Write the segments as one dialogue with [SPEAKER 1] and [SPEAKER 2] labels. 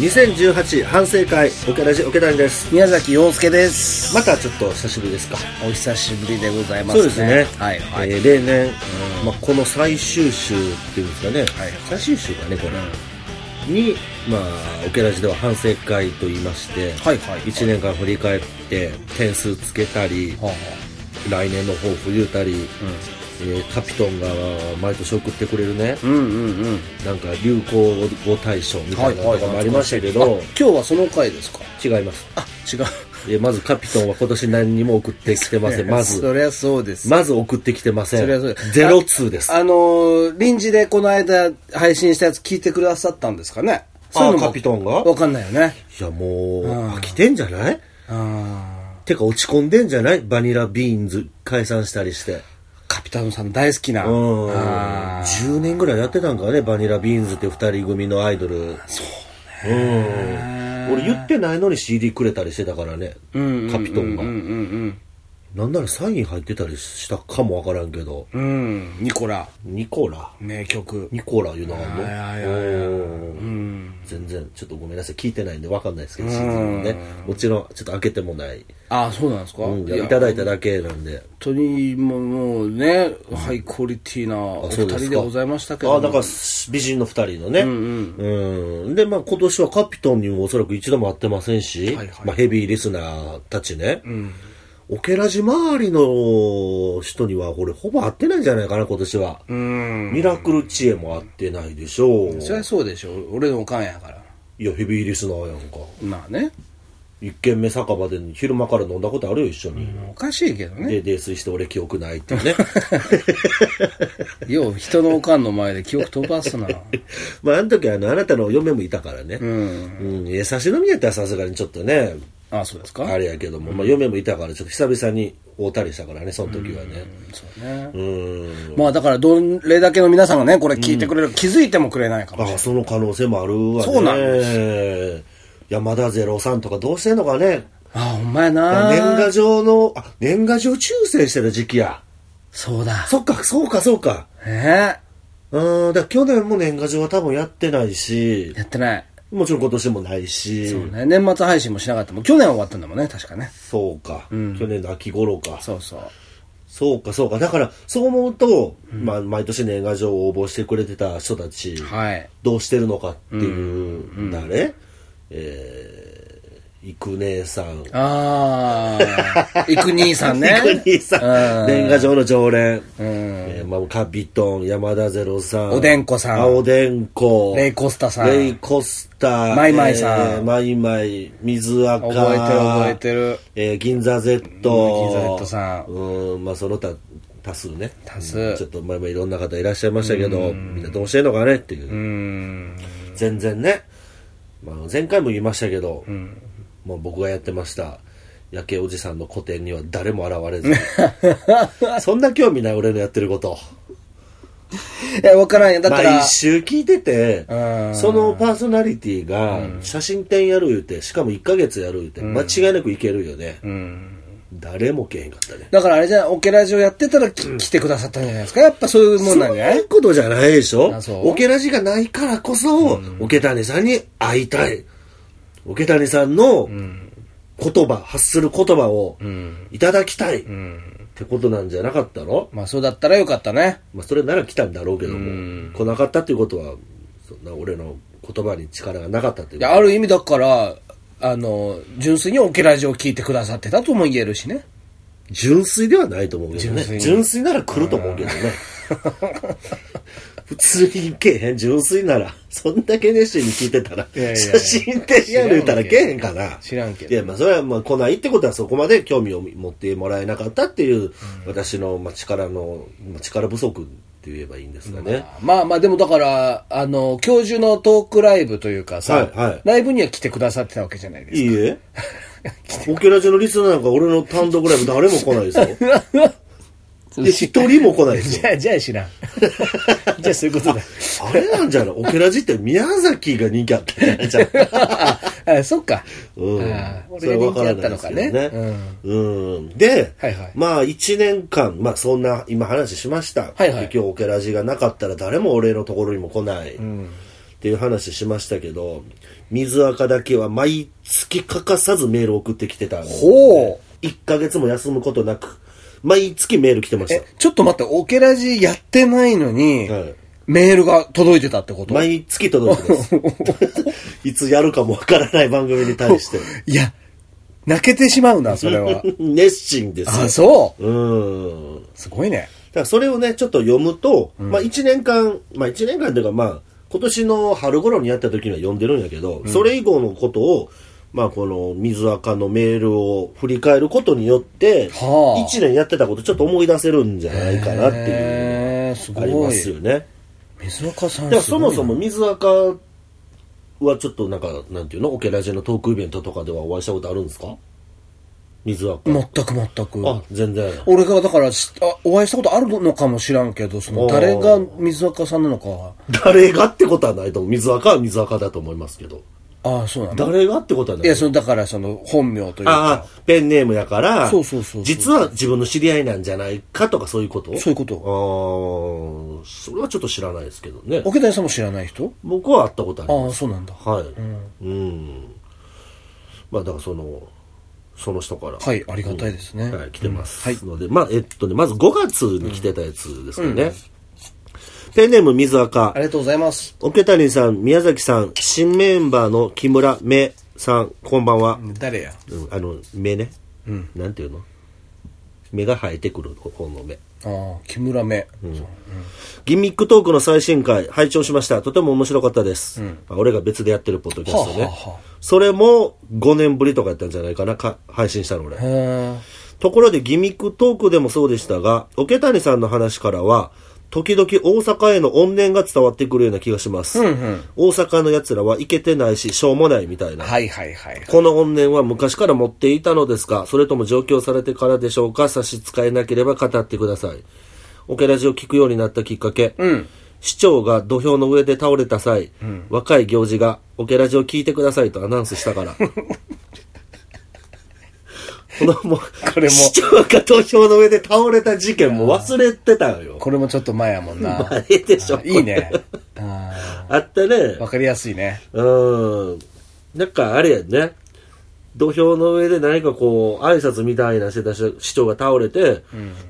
[SPEAKER 1] 2018反省会オケラジオケダンです
[SPEAKER 2] 宮崎陽介です。
[SPEAKER 1] またちょっと久しぶりですか
[SPEAKER 2] お久しぶりでございます
[SPEAKER 1] そ
[SPEAKER 2] ね。
[SPEAKER 1] うですね、
[SPEAKER 2] はい、はい。
[SPEAKER 1] えー例年、まあ、この最終週っていうんですかね、
[SPEAKER 2] はい
[SPEAKER 1] 最終週かねこれ、に、まあ、オケラジでは反省会と言いまして、
[SPEAKER 2] はいはい
[SPEAKER 1] 1年間振り返って点数つけたり、
[SPEAKER 2] は
[SPEAKER 1] 来年の抱負言うたり、えーカピトンが毎年送ってくれるね、
[SPEAKER 2] うんうんうん。
[SPEAKER 1] なんか流行語大賞みたいなのがありましたけど、
[SPEAKER 2] あ今日はその回ですか
[SPEAKER 1] 違います
[SPEAKER 2] あ、違う。
[SPEAKER 1] えーまずカピトンは今年何にも送ってきてませんまず
[SPEAKER 2] そりゃそうです。
[SPEAKER 1] まず送ってきてませ
[SPEAKER 2] そりゃ
[SPEAKER 1] ん
[SPEAKER 2] そうです
[SPEAKER 1] ゼロツーです
[SPEAKER 2] あのー、臨時でこの間配信したやつ聞いてくださったんですかねそういうのも。
[SPEAKER 1] カピトンが
[SPEAKER 2] わかんないよね。
[SPEAKER 1] いやもう
[SPEAKER 2] うん
[SPEAKER 1] 飽きてんじゃない
[SPEAKER 2] あ
[SPEAKER 1] てか落ち込んでんじゃないバニラビーンズ解散したりして
[SPEAKER 2] ーカピタンさん大好きな。
[SPEAKER 1] うん
[SPEAKER 2] あー
[SPEAKER 1] 10年ぐらいやってたんかねバニラビーンズって2人組のアイドルそうね俺言ってないのに CD くれたりしてたからねカピトンが
[SPEAKER 2] うんうん
[SPEAKER 1] なんならサイン入ってたりしたかもわからんけど
[SPEAKER 2] うん。うん。ニコラ、
[SPEAKER 1] ニコラ
[SPEAKER 2] 名曲。
[SPEAKER 1] ニコラいうのがあんの
[SPEAKER 2] いやい
[SPEAKER 1] うん全然ちょっとごめんなさい聞いてないんでわかんないですけどシーズンもねもちろんちょっと開けてもない、
[SPEAKER 2] あーそうなんですか、
[SPEAKER 1] うん、
[SPEAKER 2] や
[SPEAKER 1] いただいただけなんで
[SPEAKER 2] 本当にもうもうね、ハイクオリティなお
[SPEAKER 1] あ
[SPEAKER 2] 二
[SPEAKER 1] そう
[SPEAKER 2] 人
[SPEAKER 1] す
[SPEAKER 2] で
[SPEAKER 1] か
[SPEAKER 2] ございましたけども
[SPEAKER 1] あだから美人の二人のねうん、でまあ今年はカピトンにもおそらく一度も会ってませんし、
[SPEAKER 2] はいはい
[SPEAKER 1] まあ、ヘビーリスナーたちね、オケラジ周りの人にはこれほぼ会ってないんじゃないかな今年は、
[SPEAKER 2] うん
[SPEAKER 1] ミラクル知恵も会ってないでしょう
[SPEAKER 2] そりゃそうでしょ俺のおかんやから
[SPEAKER 1] いやヘビーリスナーやんか
[SPEAKER 2] まあね
[SPEAKER 1] 一軒目酒場で昼間から飲んだことあるよ一緒に、
[SPEAKER 2] おかしいけどね
[SPEAKER 1] で泥酔して俺記憶ないっていうね
[SPEAKER 2] よう人のおかんの前で記憶飛 ばすな
[SPEAKER 1] まああの時あのあなたの嫁もいたからねう、
[SPEAKER 2] うんん
[SPEAKER 1] いや差し飲みやったらさすがにちょっとね
[SPEAKER 2] あそうですか
[SPEAKER 1] あれやけども、まあ、嫁もいたからちょっと久々に会うたりしたからねその時はね
[SPEAKER 2] そうね
[SPEAKER 1] うん
[SPEAKER 2] まあだからどれだけの皆さんがねこれ聞いてくれる、気づいてもくれないかもしれ
[SPEAKER 1] あその可能性もあるわね
[SPEAKER 2] そうなん
[SPEAKER 1] です山田03とかどうしてんのかね
[SPEAKER 2] ないあほんまやな
[SPEAKER 1] 年賀状のあ年賀状抽選してる時期や
[SPEAKER 2] そうだ
[SPEAKER 1] そっかそうかそうか
[SPEAKER 2] ね
[SPEAKER 1] うんだから去年も年賀状は多分やってないし
[SPEAKER 2] やってない
[SPEAKER 1] もちろん今年もないし
[SPEAKER 2] そうね年末配信もしなかったもん去年は終わったんだもんね確かね
[SPEAKER 1] そうか、去年の秋頃かそ
[SPEAKER 2] そうそう
[SPEAKER 1] うかそうかだからそう思うと、まあ、毎年年賀状を応募してくれてた人たち、
[SPEAKER 2] はい
[SPEAKER 1] どうしてるのかっていう、誰えー、育姉さん
[SPEAKER 2] ああ、イク兄さ んね。
[SPEAKER 1] 育姉さ
[SPEAKER 2] うん
[SPEAKER 1] 年賀状の常連、
[SPEAKER 2] うん。
[SPEAKER 1] えーまあ、カビトン山田ゼロさん
[SPEAKER 2] おでんこさん
[SPEAKER 1] あおでんこ
[SPEAKER 2] レイコスタさん
[SPEAKER 1] レイコスタ
[SPEAKER 2] マイマイさん
[SPEAKER 1] えーマイマイ水垢
[SPEAKER 2] 覚えてる覚えてる。
[SPEAKER 1] えー、銀座 Z 銀
[SPEAKER 2] 銀座 Z さん
[SPEAKER 1] うんまあその他多数ね
[SPEAKER 2] 多数
[SPEAKER 1] うんちょっと前もいろんな方いらっしゃいましたけどみんなどうしてんのかねっていう、
[SPEAKER 2] うん。
[SPEAKER 1] 全然ね、まあ、前回も言いましたけど、もう僕がやってました夜景おじさんの個展には誰も現れず そんな興味ない俺のやってること
[SPEAKER 2] いや、わからんよ。だから
[SPEAKER 1] 毎、週聞いてて
[SPEAKER 2] うん
[SPEAKER 1] そのパーソナリティが写真展やる言うてしかも1ヶ月やる言うて間違いなくいけるよね、
[SPEAKER 2] うん。
[SPEAKER 1] 誰も来えへんかったね
[SPEAKER 2] だからあれじゃん、オケラジオやってたらき来てくださったんじゃないですか。やっぱそういうもんなんじゃな
[SPEAKER 1] そう
[SPEAKER 2] い
[SPEAKER 1] いうことじゃないでしょ
[SPEAKER 2] あそう
[SPEAKER 1] オケラジがないからこそ、オケ谷さんに会いたい。オケ谷さんの言葉、発する言葉をいただきたいっ
[SPEAKER 2] うん。
[SPEAKER 1] てことなんじゃなかったの
[SPEAKER 2] まあそうだったらよかったね。
[SPEAKER 1] まあそれなら来たんだろうけども、来なかったっていうことは、そんな俺の言葉に力がなかったってい。
[SPEAKER 2] いうや、ある意味だから、あの、純粋にオケラジオ聞いてくださってたとも言えるしね。
[SPEAKER 1] 純粋ではないと思うけどね。
[SPEAKER 2] 純粋に
[SPEAKER 1] 純粋なら来ると思うけどね。 普通に行けへん、純粋なら。そんだけ熱心に聞いてたら、
[SPEAKER 2] いやいやいや
[SPEAKER 1] 写真展やる言うたらけえへんかな。
[SPEAKER 2] 知らんけど
[SPEAKER 1] いや、まあ、それはまあ来ないってことはそこまで興味を持ってもらえなかったっていう、私の、まあ、力の、まあ、力不足って言えばいいんですかね。
[SPEAKER 2] まあまあでもだから、あの、教授のトークライブというかさ、
[SPEAKER 1] はいはい
[SPEAKER 2] ライブには来てくださってたわけじゃないですか
[SPEAKER 1] いいえ。 オケラジのリスナーなんか俺の単独ライブ誰も来ないですよ。 で一人も来ないですよ
[SPEAKER 2] じゃあ、じゃあ知 らん。じゃあそういうことだ。
[SPEAKER 1] あれなんじゃないオケラジって宮崎が人気あったんじゃないじゃん。
[SPEAKER 2] あそっか。
[SPEAKER 1] うん
[SPEAKER 2] あー、
[SPEAKER 1] それ
[SPEAKER 2] 俺
[SPEAKER 1] は分
[SPEAKER 2] が人
[SPEAKER 1] か
[SPEAKER 2] 気
[SPEAKER 1] ら
[SPEAKER 2] だ
[SPEAKER 1] ないで
[SPEAKER 2] ったの
[SPEAKER 1] す
[SPEAKER 2] か
[SPEAKER 1] けど
[SPEAKER 2] ね。
[SPEAKER 1] ね。
[SPEAKER 2] うん
[SPEAKER 1] うんで、
[SPEAKER 2] はいはい
[SPEAKER 1] まあ1年間、まあそんな今話しました。
[SPEAKER 2] はいはい
[SPEAKER 1] で今日オケラジがなかったら誰も俺のところにも来ない。っていう話しましたけど、水垢だけは毎月欠かさずメール送ってきてたんで
[SPEAKER 2] ほう
[SPEAKER 1] 1ヶ月も休むことなく、毎月メール来てまし
[SPEAKER 2] え
[SPEAKER 1] た。、
[SPEAKER 2] ちょっと待って、オケラジやってないのに、
[SPEAKER 1] はい
[SPEAKER 2] メールが届いてたってこと
[SPEAKER 1] 毎月届いて ます。いつやるかもわからない番組に対 して。
[SPEAKER 2] いや、泣けてしまうな、それ は。
[SPEAKER 1] 熱心ですよ
[SPEAKER 2] あ、そう。
[SPEAKER 1] うん。
[SPEAKER 2] すごいね。
[SPEAKER 1] だからそれをね、ちょっと読むと、まあ1年間、まあ1年間というかまあ、今年の春頃にやった時には読んでるんやけど、それ以後のことを、まあこの水垢のメールを振り返ることによって、
[SPEAKER 2] はあ
[SPEAKER 1] 1年やってたことちょっと思い出せるんじゃないかなっていう、
[SPEAKER 2] へーすご
[SPEAKER 1] あります
[SPEAKER 2] い。
[SPEAKER 1] よね。
[SPEAKER 2] 水岡さん
[SPEAKER 1] だから
[SPEAKER 2] す
[SPEAKER 1] そ
[SPEAKER 2] ごいな
[SPEAKER 1] もそも水垢はちょっとなんか、なんていうのオケラジェのトークイベントとかではお会いしたことあるんですか水垢。
[SPEAKER 2] 全く全く。
[SPEAKER 1] あ、全然。
[SPEAKER 2] 俺がだからしあ、お会いしたことあるのかもしらんけど、その
[SPEAKER 1] おー
[SPEAKER 2] 誰が水岡さんなのかは。
[SPEAKER 1] 誰がってことはないと思う。水垢は水垢だと思いますけど。
[SPEAKER 2] ああ、そうなの
[SPEAKER 1] 誰がってことはない。
[SPEAKER 2] いや、その、だからその本名という
[SPEAKER 1] あ
[SPEAKER 2] か、
[SPEAKER 1] あ、ペンネームやから、
[SPEAKER 2] そうそうそうそう
[SPEAKER 1] 実は自分の知り合いなんじゃないかとかそういうこと
[SPEAKER 2] そういうこと。
[SPEAKER 1] ああ、それはちょっと知らないですけどね。
[SPEAKER 2] 桶谷さんも知らない人
[SPEAKER 1] 僕は会ったことあり
[SPEAKER 2] あ
[SPEAKER 1] ま
[SPEAKER 2] あ、
[SPEAKER 1] す。
[SPEAKER 2] そうなんだ。
[SPEAKER 1] はい。うん。まあ、だからその、その人から。
[SPEAKER 2] はい、ありがたいですね。
[SPEAKER 1] はい、来てます。
[SPEAKER 2] うんはい
[SPEAKER 1] ので、まあ、えっとね、まず5月に来てたやつですかね。ペンネーム水垢
[SPEAKER 2] あ。りがとうございます。
[SPEAKER 1] 桶谷さん、宮崎さん、新メンバーの木村めさん、こんばんは。
[SPEAKER 2] 誰や
[SPEAKER 1] うんあの、目ね。なんていうの目が生えてくる方の目。
[SPEAKER 2] ああ、木村目。そう
[SPEAKER 1] ギミックトークの最新回、拝聴しました。とても面白かったです。あ俺が別でやってるポッドキャストね。
[SPEAKER 2] はあはあはあ
[SPEAKER 1] それも5年ぶりとかやったんじゃないかな、か配信したの俺。
[SPEAKER 2] へえ。
[SPEAKER 1] ところでギミックトークでもそうでしたが、桶谷さんの話からは、時々大阪への怨念が伝わってくるような気がします。大阪の奴らはイケてないし、しょうもないみたいな。
[SPEAKER 2] はいはいはい。
[SPEAKER 1] この怨念は昔から持っていたのですかそれとも上京されてからでしょうか差し支えなければ語ってください。オケラジを聞くようになったきっかけ。市長が土俵の上で倒れた際、若い行事がオケラジを聞いてくださいとアナウンスした から。このもう
[SPEAKER 2] れも
[SPEAKER 1] 市長が土俵の上で倒れた事件も忘れてたのよ。
[SPEAKER 2] これもちょっと前やもんな。
[SPEAKER 1] 前でしょ
[SPEAKER 2] あいいね。あ
[SPEAKER 1] あったね
[SPEAKER 2] あ、。わかりやすいね。
[SPEAKER 1] うん。なんかあれやんね。土俵の上で何かこう、挨拶みたいなしてたし市長が倒れて、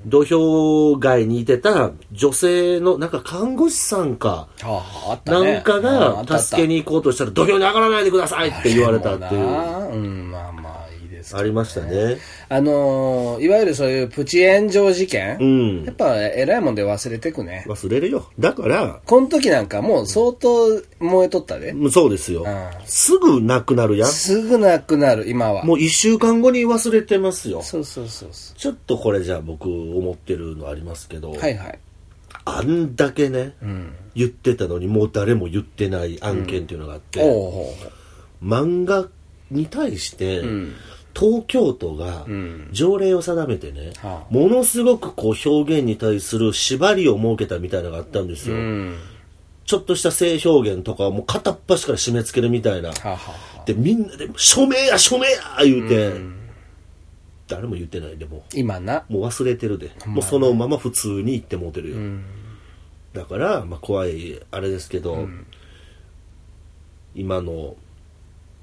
[SPEAKER 1] 土俵外にいてた女性の、なんか看護師さんか、
[SPEAKER 2] ああ、あったね。
[SPEAKER 1] なんか
[SPEAKER 2] あああっ
[SPEAKER 1] が
[SPEAKER 2] たあった
[SPEAKER 1] 助けに行こうとしたら、土俵に上がらないでくださいって言われたっていう、あ
[SPEAKER 2] あれもなうん、まあまあいいですけど
[SPEAKER 1] りましたね。
[SPEAKER 2] あのー、いわゆるそういうプチ炎上事件、
[SPEAKER 1] うん
[SPEAKER 2] やっぱ偉いもんで忘れてくね。
[SPEAKER 1] 忘れるよ。だから、
[SPEAKER 2] この時なんかもう相当燃えとったで。
[SPEAKER 1] うんそうですよ
[SPEAKER 2] ん。
[SPEAKER 1] すぐなくなるやん。
[SPEAKER 2] すぐなくなる、今は。
[SPEAKER 1] もう一週間後に忘れてますよ。
[SPEAKER 2] そうそうそうそ
[SPEAKER 1] ちょっとこれじゃあ僕思ってるのありますけど、
[SPEAKER 2] う。はいはい。
[SPEAKER 1] あんだけね、言ってたのにもう誰も言ってない案件っていうのがあって、
[SPEAKER 2] おうほうほう
[SPEAKER 1] 漫画に対して、東京都が条例を定めてね、
[SPEAKER 2] は
[SPEAKER 1] ものすごくこう表現に対する縛りを設けたみたいなのがあったんですよ、
[SPEAKER 2] うん。
[SPEAKER 1] ちょっとした性表現とかはもう片っ端から締め付けるみたいな、
[SPEAKER 2] はあ、はあはあ
[SPEAKER 1] でみんなで「署名や署名や!」言うて、誰も言ってないでもう
[SPEAKER 2] 今な。
[SPEAKER 1] もう忘れてるで、もうそのまま普通に行ってもうてるよ、だから、まあ、怖いあれですけど、今の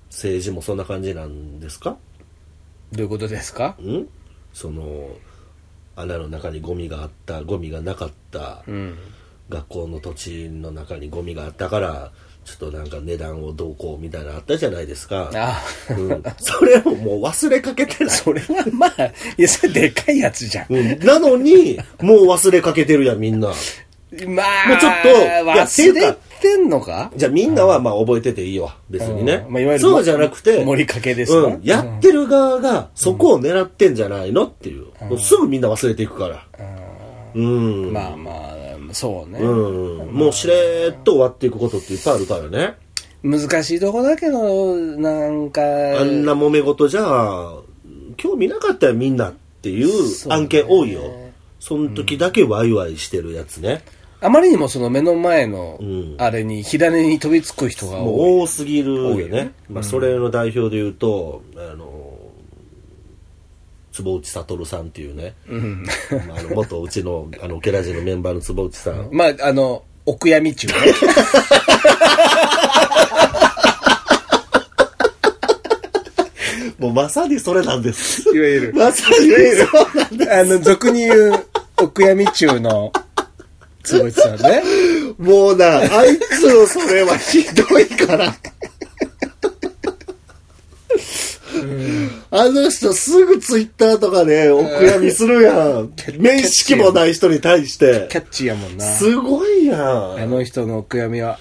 [SPEAKER 1] 政治もそんな感じなんですか
[SPEAKER 2] どういうことですか
[SPEAKER 1] んその穴の中にゴミがあったゴミがなかった、学校の土地の中にゴミがあったからちょっとなんか値段をどうこうみたいなのあったじゃないですか、
[SPEAKER 2] あ
[SPEAKER 1] うん、それをもう忘れかけてない
[SPEAKER 2] それはまあ、いや、それでかいやつじゃん。
[SPEAKER 1] うんなのに、もう忘れかけてるやん、みんな。
[SPEAKER 2] まあ、
[SPEAKER 1] もうちょっといや
[SPEAKER 2] 忘れてんのか
[SPEAKER 1] じゃあみんなはまあ覚えてていいわ、別にね。
[SPEAKER 2] うんまあいわゆる
[SPEAKER 1] そうじゃなくて、
[SPEAKER 2] 盛りかけですか
[SPEAKER 1] うん。やってる側がそこを狙ってんじゃないのっていう。もうすぐみんな忘れていくから。うん。
[SPEAKER 2] まあまあ、そうね。
[SPEAKER 1] うん。もうしれーっと終わっていくことっていっぱいあるからね。
[SPEAKER 2] 難しいとこだけど、なんか、
[SPEAKER 1] あんな揉め事じゃ、興味なかったよ、みんなっていう案件多いよ。その時だけワイワイしてるやつね。
[SPEAKER 2] あまりにもその目の前の
[SPEAKER 1] ん、
[SPEAKER 2] あれに、火種に飛びつく人が
[SPEAKER 1] も
[SPEAKER 2] 多い。
[SPEAKER 1] う多すぎるよ
[SPEAKER 2] 多い
[SPEAKER 1] ね
[SPEAKER 2] よね
[SPEAKER 1] まあ、それの代表で言うと、あの坪内悟さんっていうね、まあ、あの元うちのあのオケラジのメンバーの坪内さん
[SPEAKER 2] まあ、あの、お悔やみ中ね。
[SPEAKER 1] もうまさにそれなんです。
[SPEAKER 2] いわゆる
[SPEAKER 1] まさにそうなんで
[SPEAKER 2] あの、俗に言う、お悔やみ中の、つぼちさんね。
[SPEAKER 1] す。もうな、あいつのそれはひどいから。あの人すぐツイッターとかでお悔やみするやん。面識もない人に対して。
[SPEAKER 2] キャッチーやもんな。
[SPEAKER 1] すごいや
[SPEAKER 2] あの人のお悔やみは。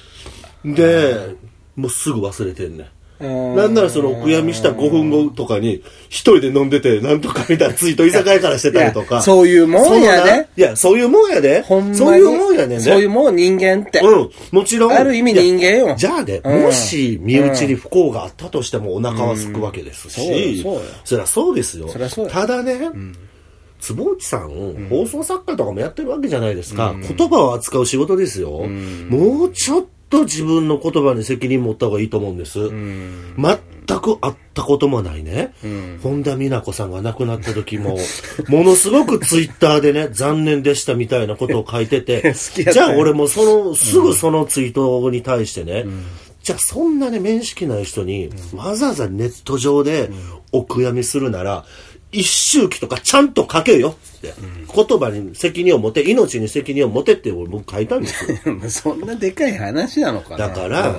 [SPEAKER 1] ん。で、もうすぐ忘れてんねん。
[SPEAKER 2] な
[SPEAKER 1] なんならそのお悔やみした5分後とかに、一人で飲んでて、なんとかみたいなツイート居酒屋からしてたりと
[SPEAKER 2] いや
[SPEAKER 1] か。
[SPEAKER 2] そういうもんやね
[SPEAKER 1] そうな。いや、そういうもんやで。
[SPEAKER 2] ほんまに。
[SPEAKER 1] そういうもんやねんね。
[SPEAKER 2] そういうもん人間って。
[SPEAKER 1] うん。もちろん。
[SPEAKER 2] ある意味人間よ
[SPEAKER 1] いやじゃあね、
[SPEAKER 2] うん
[SPEAKER 1] もし身内に不幸があったとしてもお腹は空くわけですし。
[SPEAKER 2] そうよそうよ
[SPEAKER 1] そりゃそうですよ。
[SPEAKER 2] そりゃそうよ
[SPEAKER 1] ただね、坪内さん、放送作家とかもやってるわけじゃないですか。言葉を扱う仕事ですよ。もうちょっと自分の言葉に責任持った方がいいと思うんです。全く会ったこともないね、本田美奈子さんが亡くなった時も、 ものすごくツイッターでね、残念でしたみたいなことを書いてて、
[SPEAKER 2] 好きやったよ
[SPEAKER 1] じゃあ俺もその、すぐそのツイートに対してね、じゃあそんなね、面識ない人に、わざわざネット上でお悔やみするなら、一周期とかちゃんと書けよって、言葉に責任を持て、命に責任を持てって俺僕書いたんですよ。
[SPEAKER 2] そんなでかい話なのかな。
[SPEAKER 1] だから、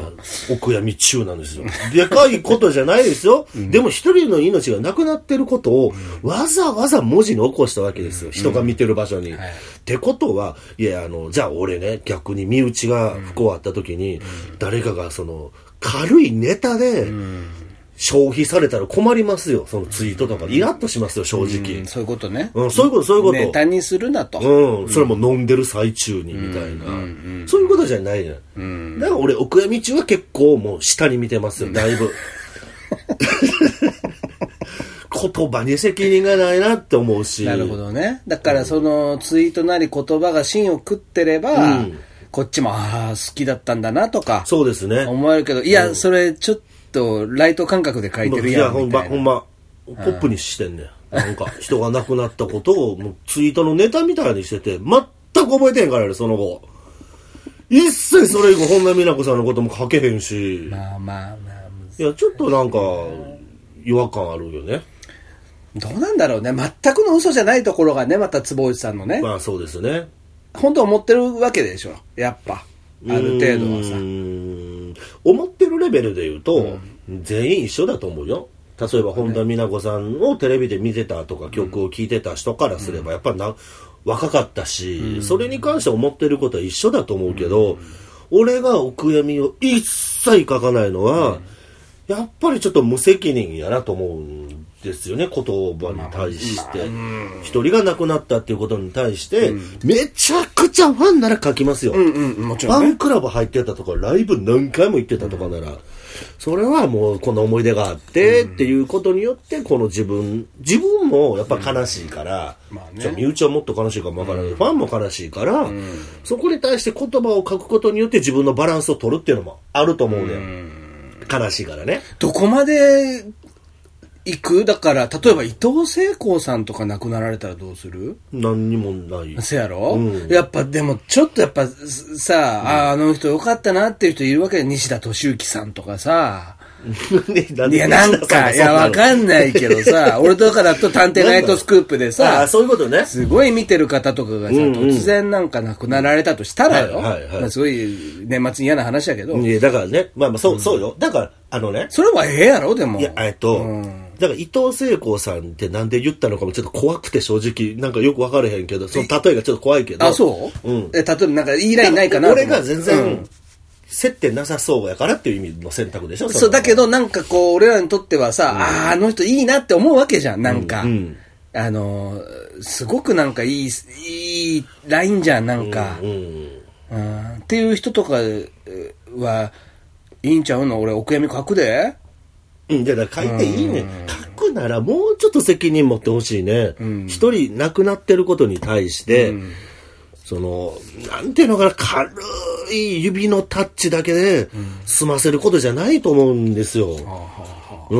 [SPEAKER 1] お悔やみ中なんですよ。でかいことじゃないですよ。でも一人の命がなくなってることを、わざわざ文字に起こしたわけですよ。人が見てる場所に。ってことは、いや、あの、じゃあ俺ね、逆に身内が不幸あった時に、誰かがその、軽いネタで、消費されたら困りますよ。そのツイートとか。イラッとしますよ、正直。
[SPEAKER 2] うんそういうことね。
[SPEAKER 1] うん、そういうこと、そういうこと。
[SPEAKER 2] ネタにするなと。
[SPEAKER 1] うん、それも飲んでる最中にみたいな、そういうことじゃないじゃん、だから俺お悔やみ中は結構もう下に見てますよだいぶ言葉に責任がないなって思うし
[SPEAKER 2] なるほどね。だからそのツイートなり言葉が芯を食ってれば、こっちも、ああ、好きだったんだなとか、
[SPEAKER 1] そうですね
[SPEAKER 2] 思えるけど、いや、それちょっとライト感覚で書いてる
[SPEAKER 1] い
[SPEAKER 2] や
[SPEAKER 1] や
[SPEAKER 2] ん。
[SPEAKER 1] ほん
[SPEAKER 2] み
[SPEAKER 1] ま
[SPEAKER 2] たい
[SPEAKER 1] ほ
[SPEAKER 2] なん
[SPEAKER 1] まポップにしてんねんなんか人が亡くなったことをもうツイートのネタみたいにしてて全く覚えてへんからねその後一切それ以降本田美奈子さんのことも書けへんし
[SPEAKER 2] まあまあまあ、
[SPEAKER 1] いや、ちょっとなんか、違和感あるよね。
[SPEAKER 2] どうなんだろうね。全くの嘘じゃないところがね、また坪内さんのね、
[SPEAKER 1] まあそうですね。
[SPEAKER 2] 本当思ってるわけでしょ。やっぱ。ある程度は
[SPEAKER 1] う
[SPEAKER 2] さ。
[SPEAKER 1] ーん思ってるレベルで言うと、全員一緒だと思うよ。例えば本田美奈子さんをテレビで見てたとか曲を聴いてた人からすればやっぱな若かったしそれに関して思ってることは一緒だと思うけど俺がお悔やみを一切書かないのはやっぱりちょっと無責任やなと思うんですよね言葉に対して一人が亡くなったっていうことに対してめちゃくちゃファンなら書きますよ。
[SPEAKER 2] うんうん、もち
[SPEAKER 1] フ
[SPEAKER 2] ろん
[SPEAKER 1] ァ
[SPEAKER 2] ね。
[SPEAKER 1] ンクラブ入ってたとか、ライブ何回も行ってたとかなら、それはもうこの思い出があって、っていうことによって、この自分、自分もやっぱ悲しいから、
[SPEAKER 2] まあね
[SPEAKER 1] じゃあ身内はもっと悲しいかもわからない、ファンも悲しいから、そこに対して言葉を書くことによって自分のバランスを取るっていうのもあると思うね、悲しいからね。
[SPEAKER 2] どこまで行くだから、例えば伊藤聖光さんとか亡くなられたらどうする
[SPEAKER 1] 何にも ない。
[SPEAKER 2] せやろ、
[SPEAKER 1] うん
[SPEAKER 2] やっぱでもちょっとやっぱすさ、あーあの人よかったなっていう人いるわけよ西田敏行さんとかさ。
[SPEAKER 1] ねない
[SPEAKER 2] やなん か、いやわかんないけどさ、俺とかだと探偵ナイトスクープで
[SPEAKER 1] あ
[SPEAKER 2] さ
[SPEAKER 1] あ、、そういうことね。
[SPEAKER 2] すごい見てる方とかがさ、
[SPEAKER 1] うんうん
[SPEAKER 2] 突然なんか亡くなられたとしたらよ。
[SPEAKER 1] はいはいはい
[SPEAKER 2] まあすごい年末に嫌な話やけど、
[SPEAKER 1] いやだからね、まあまあそう、そうよ。だから、あのね、
[SPEAKER 2] それはええやろでも。
[SPEAKER 1] いや、えっと、
[SPEAKER 2] うん
[SPEAKER 1] だから伊藤聖光さんってなんで言ったのかもちょっと怖くて正直、なんかよくわからへんけど、その例えがちょっと怖いけど。
[SPEAKER 2] あ、そう、
[SPEAKER 1] うん。
[SPEAKER 2] え、例えばなんかいいラインないかなと思
[SPEAKER 1] 俺
[SPEAKER 2] う
[SPEAKER 1] が全
[SPEAKER 2] うん
[SPEAKER 1] 然、接点なさそうやからっていう意味の選択でしょ
[SPEAKER 2] そう、だ
[SPEAKER 1] ど。
[SPEAKER 2] けどなんかこう、俺らにとってはさ、ああ、あの人いいなって思うわけじゃん、なんか。
[SPEAKER 1] うん
[SPEAKER 2] あのー、すごくなんかいい、いいラインじゃん、なんか。
[SPEAKER 1] うん。
[SPEAKER 2] うんっていう人とかえーは、いいんちゃうの俺、お悔やみ書くで
[SPEAKER 1] うん、じゃあだから書いていいね。書くならもうちょっと責任持ってほしいね。一人亡くなってることに対して、その、なんていうのかな、軽い指のタッチだけで済ませることじゃないと思うんですよ。うー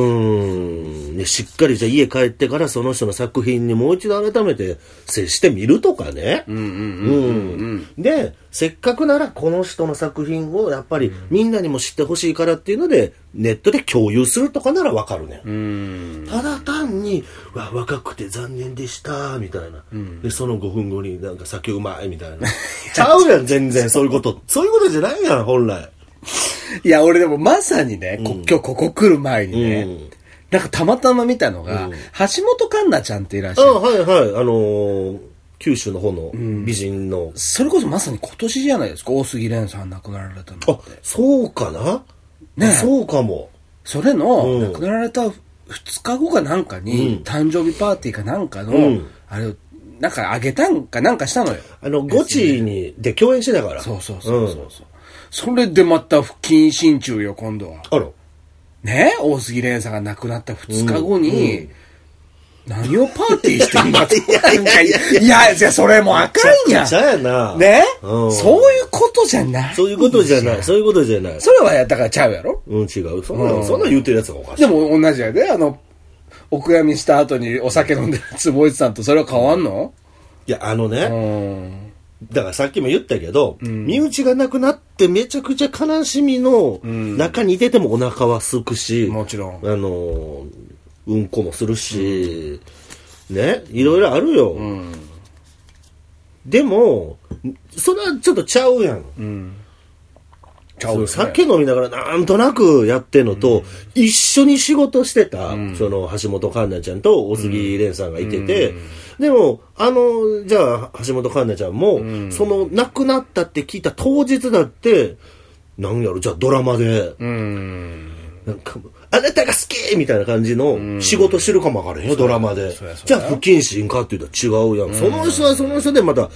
[SPEAKER 1] ん、ね、しっかりじゃあ家帰ってからその人の作品にもう一度改めて接してみるとかね。うんで、せっかくならこの人の作品をやっぱりみんなにも知ってほしいからっていうので、ネットで共有するとかならわかるね。ただ単に、うわ、若くて残念でした、みたいな。で、その5分後になんか酒うまい、みた いな。ちゃうやん、全然、そういうこと。そういうことじゃないやん、本来。
[SPEAKER 2] いや、俺でもまさにね、こ今日ここ来る前にね、
[SPEAKER 1] うん
[SPEAKER 2] なんかたまたま見たのが、橋本環奈ちゃんっていらっし
[SPEAKER 1] あ
[SPEAKER 2] ゃる。
[SPEAKER 1] はいはい。あのー九州の方の美人の。
[SPEAKER 2] それこそまさに今年じゃないですか、大杉蓮さん亡くなられたの。
[SPEAKER 1] あ、そうかな
[SPEAKER 2] ねえ
[SPEAKER 1] そうかも。
[SPEAKER 2] それの、
[SPEAKER 1] うん
[SPEAKER 2] 亡くなられた2日後かなんかに、誕生日パーティーかなんかの、
[SPEAKER 1] うん
[SPEAKER 2] あれを、なんかあげたんかなんかしたのよ。
[SPEAKER 1] あの、ゴチに、で共演してたから。
[SPEAKER 2] そうそうそうそうそう。それでまた不謹慎中よ、今度は。
[SPEAKER 1] うん。あら。
[SPEAKER 2] ね大杉蓮さんが亡くなった2日後に、何をパーティーして んだと。いやいやいや、いや、それもうあかんやん。
[SPEAKER 1] じゃあやな。
[SPEAKER 2] ね、
[SPEAKER 1] うん
[SPEAKER 2] そういうことじゃない。
[SPEAKER 1] そういうことじゃない。そういうことじゃない。
[SPEAKER 2] それはやだからちゃうやろ
[SPEAKER 1] うん、違う。そんな、そんな言ってるやつがおかしい。
[SPEAKER 2] でも同じやで、あの、お悔やみした後にお酒飲んでる坪内さんとそれは変わんの
[SPEAKER 1] いや、あの
[SPEAKER 2] う
[SPEAKER 1] ね、
[SPEAKER 2] ん。
[SPEAKER 1] だからさっきも言ったけど、身内が亡くなってめちゃくちゃ悲しみの中にいててもお腹はすくし、
[SPEAKER 2] もちろん
[SPEAKER 1] あのー、うんこもするし、ね、いろいろあるよ。でも、それはちょっとちゃうやん。
[SPEAKER 2] ちゃうよね
[SPEAKER 1] その酒飲みながらなんとなくやってんのと、一緒に仕事してた、その橋本環奈ちゃんと大杉蓮さんがいてて、でも、あの、じゃあ橋本環奈ちゃんも、その亡くなったって聞いた当日だって、なんやろ、じゃあドラマで、
[SPEAKER 2] うん。
[SPEAKER 1] なんか、あなたが好きみたいな感じの仕事してるかもわからへんよ、ドラマで
[SPEAKER 2] そうや。そう
[SPEAKER 1] じゃ
[SPEAKER 2] や
[SPEAKER 1] あ不謹慎かって言ったら違うやん。その人はその人でまた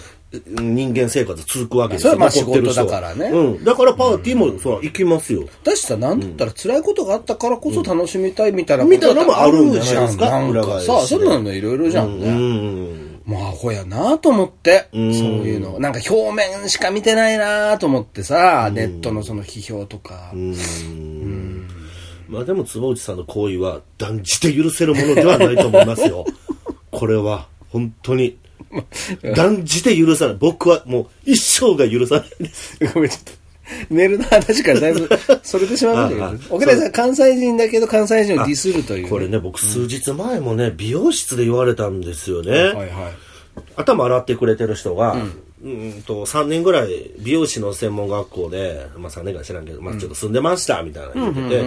[SPEAKER 1] うん人間生活続くわけですよ。
[SPEAKER 2] それはまあ
[SPEAKER 1] 残ってる人は
[SPEAKER 2] 仕事だからね
[SPEAKER 1] うん。だからパーティーもそう行きますよ。
[SPEAKER 2] だしさ、なんだったら辛いことがあったからこそ楽しみたいみたいな
[SPEAKER 1] みたいなのもあるんじゃ
[SPEAKER 2] じ
[SPEAKER 1] ない
[SPEAKER 2] ゃ
[SPEAKER 1] です
[SPEAKER 2] ん。
[SPEAKER 1] か
[SPEAKER 2] なんか
[SPEAKER 1] 裏
[SPEAKER 2] さ、
[SPEAKER 1] 返し
[SPEAKER 2] そ
[SPEAKER 1] で
[SPEAKER 2] んなのいろいろじゃんね。
[SPEAKER 1] うん。
[SPEAKER 2] もうアホやなと思って、そういうの。なんか表面しか見てないなと思ってさ、ネットのその批評とか。
[SPEAKER 1] まあでも坪内さんの行為は断じて許せるものではないと思います よ。これは、本当に。断じて許さない。僕はもう一生が許さないです。
[SPEAKER 2] ごめん、ちょっと。ネルの話からだいぶ、それてしまう ん
[SPEAKER 1] あ
[SPEAKER 2] だ
[SPEAKER 1] あ
[SPEAKER 2] けど。奥田さん、関西人だけど関西人をディスるという。
[SPEAKER 1] これね、僕数日前もね、美容室で言われたんですよね。
[SPEAKER 2] はいはい。
[SPEAKER 1] 頭洗ってくれてる人が、うーんと3年ぐらい美容師の専門学校で、まあ、3年ぐらい知らんけど、まあ、ちょっと住んでましたみたいな言ってて、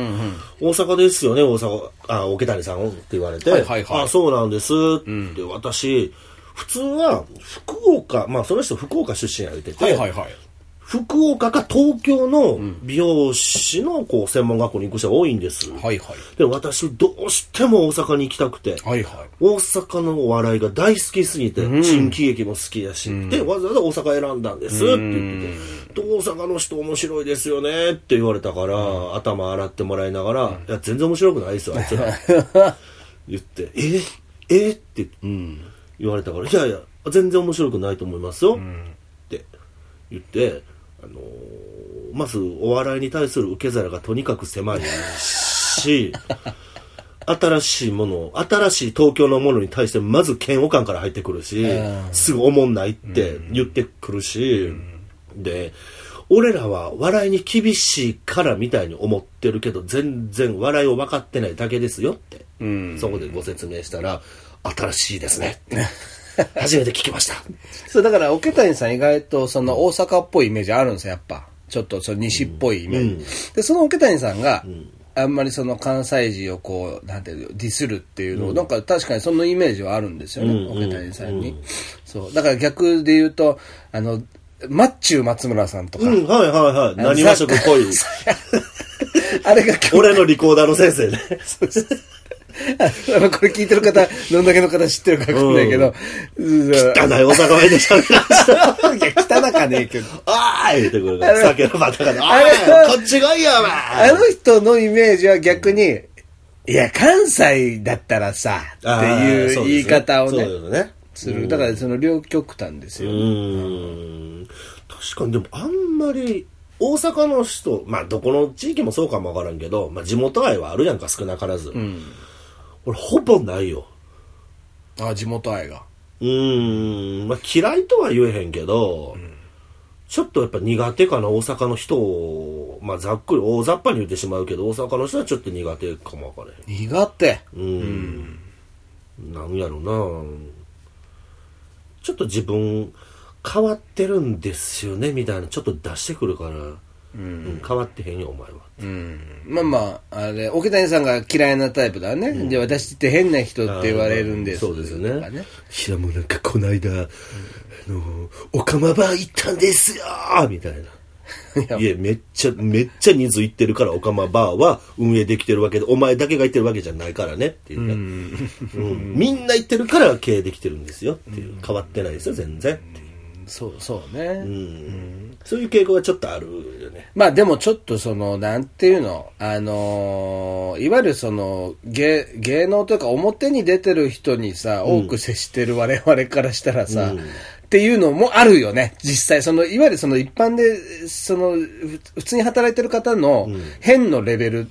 [SPEAKER 1] 大阪ですよね大阪あ桶谷さんって言われて、
[SPEAKER 2] はいはいはい
[SPEAKER 1] あそうなんですって、私普通は福岡まあその人福岡出身や言ってて、
[SPEAKER 2] はいはいはい。
[SPEAKER 1] 福岡か東京の美容師のこう専門学校に行く人が多いんです、
[SPEAKER 2] はいはい。
[SPEAKER 1] で私どうしても大阪に行きたくて、
[SPEAKER 2] はいはい。
[SPEAKER 1] 大阪のお笑いが大好きすぎて、新喜劇も好きやし、で、わざわざ大阪選んだんですって言ってて、で大阪の人面白いですよねって言われたから、頭洗ってもらいながら、いや、全然面白くないですよ、あいつら。言って、ええって言われたから、いやいや、全然面白くないと思いますよ、って言って、あのーまずお笑いに対する受け皿がとにかく狭い し、新しいものを、新しい東京のものに対してまず嫌悪感から入ってくるし、すぐおもんないって言ってくるし、で、俺らは笑いに厳しいからみたいに思ってるけど、全然笑いを分かってないだけですよって、そこでご説明したら、新しいですね って。初めて聞きました。
[SPEAKER 2] そう、だから、桶谷さん意外と、その、大阪っぽいイメージあるんですよ、やっぱ。ちょっと、その、西っぽいイメージ。で、その桶谷さんが、あんまりその、関西人をこう、なんていうのディスるっていうのを、なんか確かにそのイメージはあるんですよね、桶谷さんに。そう。だから逆で言うと、あの、マッチュー松村さんとか、
[SPEAKER 1] うん、はいはいはい。
[SPEAKER 2] の
[SPEAKER 1] 何和色っぽい。
[SPEAKER 2] あれが今
[SPEAKER 1] 俺のリコーダーの先生ね。
[SPEAKER 2] 日、あの、これ聞いてる方、どんだけの方知ってるかわかんないけど、うん、
[SPEAKER 1] 汚い大阪弁で喋りました。
[SPEAKER 2] いや汚かねえけど。
[SPEAKER 1] あーい言ってくるから、酒のバカが、
[SPEAKER 2] あ
[SPEAKER 1] あ
[SPEAKER 2] れ
[SPEAKER 1] ーいこっち来いよ、お前
[SPEAKER 2] あの人のイメージは逆に、いや、関西だったらさ、って
[SPEAKER 1] あー
[SPEAKER 2] いう
[SPEAKER 1] そうで
[SPEAKER 2] 言い
[SPEAKER 1] すね
[SPEAKER 2] 方をね、
[SPEAKER 1] そうですね。
[SPEAKER 2] する。だからその両極端です
[SPEAKER 1] う
[SPEAKER 2] よ。
[SPEAKER 1] ーん。確かに、でもあんまり、大阪の人、まあ、どこの地域もそうかもわからんけど、まあ、地元愛はあるやんか、少なからず。俺、ほぼないよ。
[SPEAKER 2] あ、地元愛が。
[SPEAKER 1] うーん、まあ、嫌いとは言えへんけど、ちょっとやっぱ苦手かな、大阪の人を、まあ、ざっくり、大雑把に言ってしまうけど、大阪の人はちょっと苦手かもわからへん。
[SPEAKER 2] 苦手。
[SPEAKER 1] うん、なんやろなちょっと自分変わってるんですよねみたいなちょっと出してくるから、うん変わってへんよお前は、
[SPEAKER 2] うん。まあまあ、あれ、沖谷さんが嫌いなタイプだね。で、私って変な人って言われるんです。
[SPEAKER 1] そうです
[SPEAKER 2] と
[SPEAKER 1] ね
[SPEAKER 2] か
[SPEAKER 1] いやもうなんかこの間、あのおかまば行ったんですよみ たいない
[SPEAKER 2] や
[SPEAKER 1] いやめっちゃめっちゃ人数行ってるからおかまバーは運営できてるわけでお前だけが行ってるわけじゃないからねっていうね、うんみんな行ってるから経営できてるんですよっていう変わってないですよ全然っていう
[SPEAKER 2] そう、そうね。
[SPEAKER 1] うんそういう傾向がちょっとあるよね。
[SPEAKER 2] まあでもちょっとその、なんていうの、あのーいわゆるその、芸、芸能というか表に出てる人にさ、多く接してる我々からしたらさ、っていうのもあるよね、実際。その、いわゆるその一般で、その、ふ普通に働いてる方の変のレベル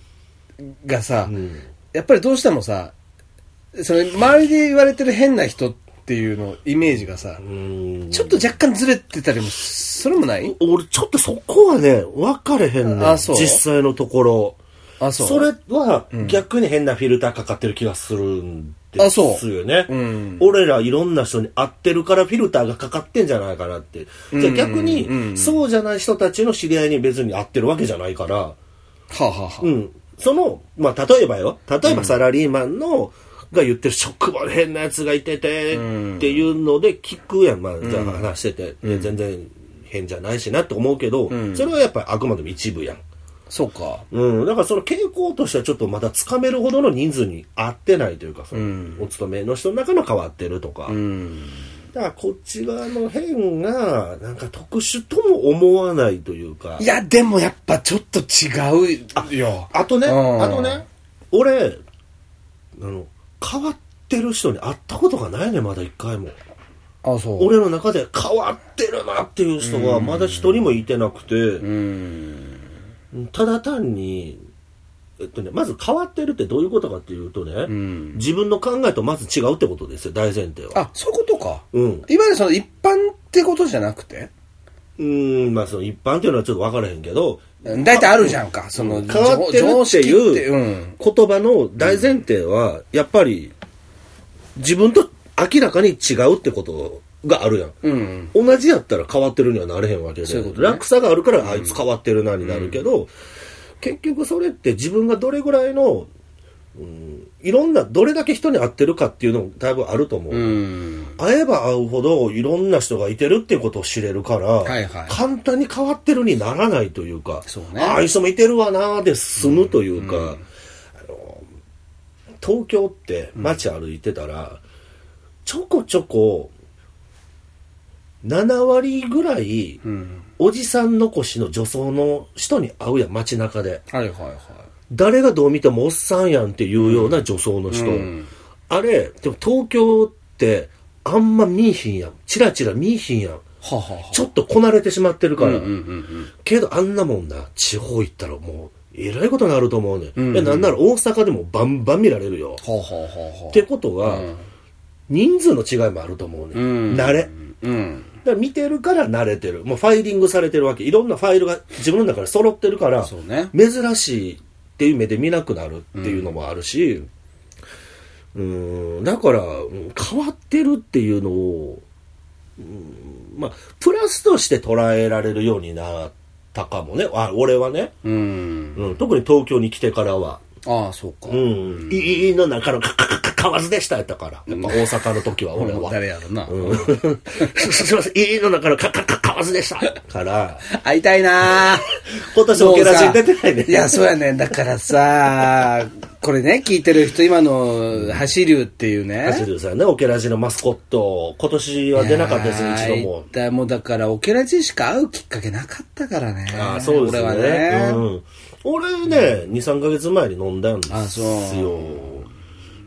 [SPEAKER 2] がさ、やっぱりどうしてもさ、その、周りで言われてる変な人っていうの、イメージがさ、
[SPEAKER 1] うん。
[SPEAKER 2] ちょっと若干ずれてたりも、それもない
[SPEAKER 1] 俺、ちょっとそこはね、分かれへんねん。
[SPEAKER 2] あそう
[SPEAKER 1] 実際のところ。
[SPEAKER 2] あ、そう。
[SPEAKER 1] れは、逆に変なフィルターかかってる気がするんで
[SPEAKER 2] あそう
[SPEAKER 1] すよね。
[SPEAKER 2] うん
[SPEAKER 1] 俺らいろんな人に会ってるからフィルターがかかってんじゃないかなって。じゃあ逆に、そうじゃない人たちの知り合いに別に会ってるわけじゃないから。
[SPEAKER 2] はあ、はあはあ
[SPEAKER 1] うん。その、まあ、例えばよ。例えばサラリーマンの、が言ってる職場で変な奴がいてて、っていうので聞くやん。まあ、じゃあ話してて、いや全然変じゃないしなって思うけど、それはやっぱりあくまでも一部やん。
[SPEAKER 2] そうか。
[SPEAKER 1] うん。だからその傾向としてはちょっとまだつかめるほどの人数に合ってないというか、その、お勤めの人の中の変わってるとか。
[SPEAKER 2] うん。
[SPEAKER 1] だからこっち側の変が、なんか特殊とも思わないというか。
[SPEAKER 2] いや、でもやっぱちょっと違うよ。
[SPEAKER 1] あとね、
[SPEAKER 2] うん
[SPEAKER 1] あとね、俺、あの、変わってる人に会ったことがないね、まだ一回も。
[SPEAKER 2] あ、そう。
[SPEAKER 1] 俺の中で変わってるなっていう人がまだ一人もいてなく
[SPEAKER 2] う
[SPEAKER 1] て、
[SPEAKER 2] ん。
[SPEAKER 1] ただ単に、えっとね、まず変わってるってどういうことかっていうとね、
[SPEAKER 2] ん
[SPEAKER 1] 自分の考えとまず違うってことですよ、大前提は。
[SPEAKER 2] あ、そういうことか。
[SPEAKER 1] うん。
[SPEAKER 2] いわゆるその一般ってことじゃなくて
[SPEAKER 1] うん、まあその一般っていうのはちょっと分からへんけど、
[SPEAKER 2] うん大体あるじゃんか。その、
[SPEAKER 1] 変わってる
[SPEAKER 2] 常
[SPEAKER 1] って
[SPEAKER 2] 識
[SPEAKER 1] いう
[SPEAKER 2] うん。
[SPEAKER 1] 言葉の大前提は、やっぱり、自分と明らかに違うってことがあるやん。
[SPEAKER 2] うん。
[SPEAKER 1] 同じやったら変わってるにはなれへんわけで、
[SPEAKER 2] そういうことね
[SPEAKER 1] 落差があるからあいつ変わってるなになるけど、結局それって自分がどれぐらいの、うん、いろんな、どれだけ人に合ってるかっていうのもだいぶあると思う。
[SPEAKER 2] うん。
[SPEAKER 1] 会えば会うほどいろんな人がいてるっていうことを知れるから、
[SPEAKER 2] いはい
[SPEAKER 1] 簡単に変わってるにならないというか、
[SPEAKER 2] そうね
[SPEAKER 1] ああいう人もいてるわなーで済むというか、あの東京って街歩いてたら、ちょこちょこ7割ぐらい、
[SPEAKER 2] うん。
[SPEAKER 1] おじさん残しの女装の人に会うやん街中で
[SPEAKER 2] はいはいはい。
[SPEAKER 1] 誰がどう見てもおっさんやんっていうような女装の人、
[SPEAKER 2] うん
[SPEAKER 1] あれでも東京ってあんま見いひんやんチラチラ見いひんやん
[SPEAKER 2] はあはあはあ
[SPEAKER 1] ちょっとこなれてしまってるから、
[SPEAKER 2] うんうんうん。
[SPEAKER 1] けどあんなもんな地方行ったらもうえらいことになると思うね、
[SPEAKER 2] んうん
[SPEAKER 1] ん、えなんなら大阪でもバンバン見られるよ、
[SPEAKER 2] はあはあはあはあ
[SPEAKER 1] ってことは、人数の違いもあると思うね、
[SPEAKER 2] うん
[SPEAKER 1] 慣れ
[SPEAKER 2] うん。
[SPEAKER 1] だから見てるから慣れてる。もうファイリングされてるわけ。いろんなファイルが自分の中で揃ってるから、
[SPEAKER 2] そうね
[SPEAKER 1] 珍しいっていう目で見なくなるっていうのもあるし、うーん、だから、うん変わってるっていうのを、うん、まあ、プラスとして捉えられるようになったかもね。あ、俺はね。
[SPEAKER 2] うん。
[SPEAKER 1] うん、特に東京に来てからは。
[SPEAKER 2] ああ、そうか。
[SPEAKER 1] うん、家の中のカカカカカわずでしたやったから。やっぱ大阪の時は俺
[SPEAKER 2] もう
[SPEAKER 1] は。
[SPEAKER 2] 誰やろな。
[SPEAKER 1] うん すすいません、家の中のカカカカわずでした。から、
[SPEAKER 2] 会いたいなー
[SPEAKER 1] 今年オケラジ出てないね
[SPEAKER 2] もうさいや、そうやねん。だからさ、これね、聞いてる人、今の、走りゅうっていう
[SPEAKER 1] アシ
[SPEAKER 2] ね。
[SPEAKER 1] ルさんね、オケラジのマスコット、今年は出なかったですね、一度も。
[SPEAKER 2] だもうだから、オケラジしか会うきっかけなかったからね。
[SPEAKER 1] ああ、そうですね。
[SPEAKER 2] 俺はね。
[SPEAKER 1] うん、俺ね、2、3ヶ月前に飲んだんですよ。
[SPEAKER 2] あそう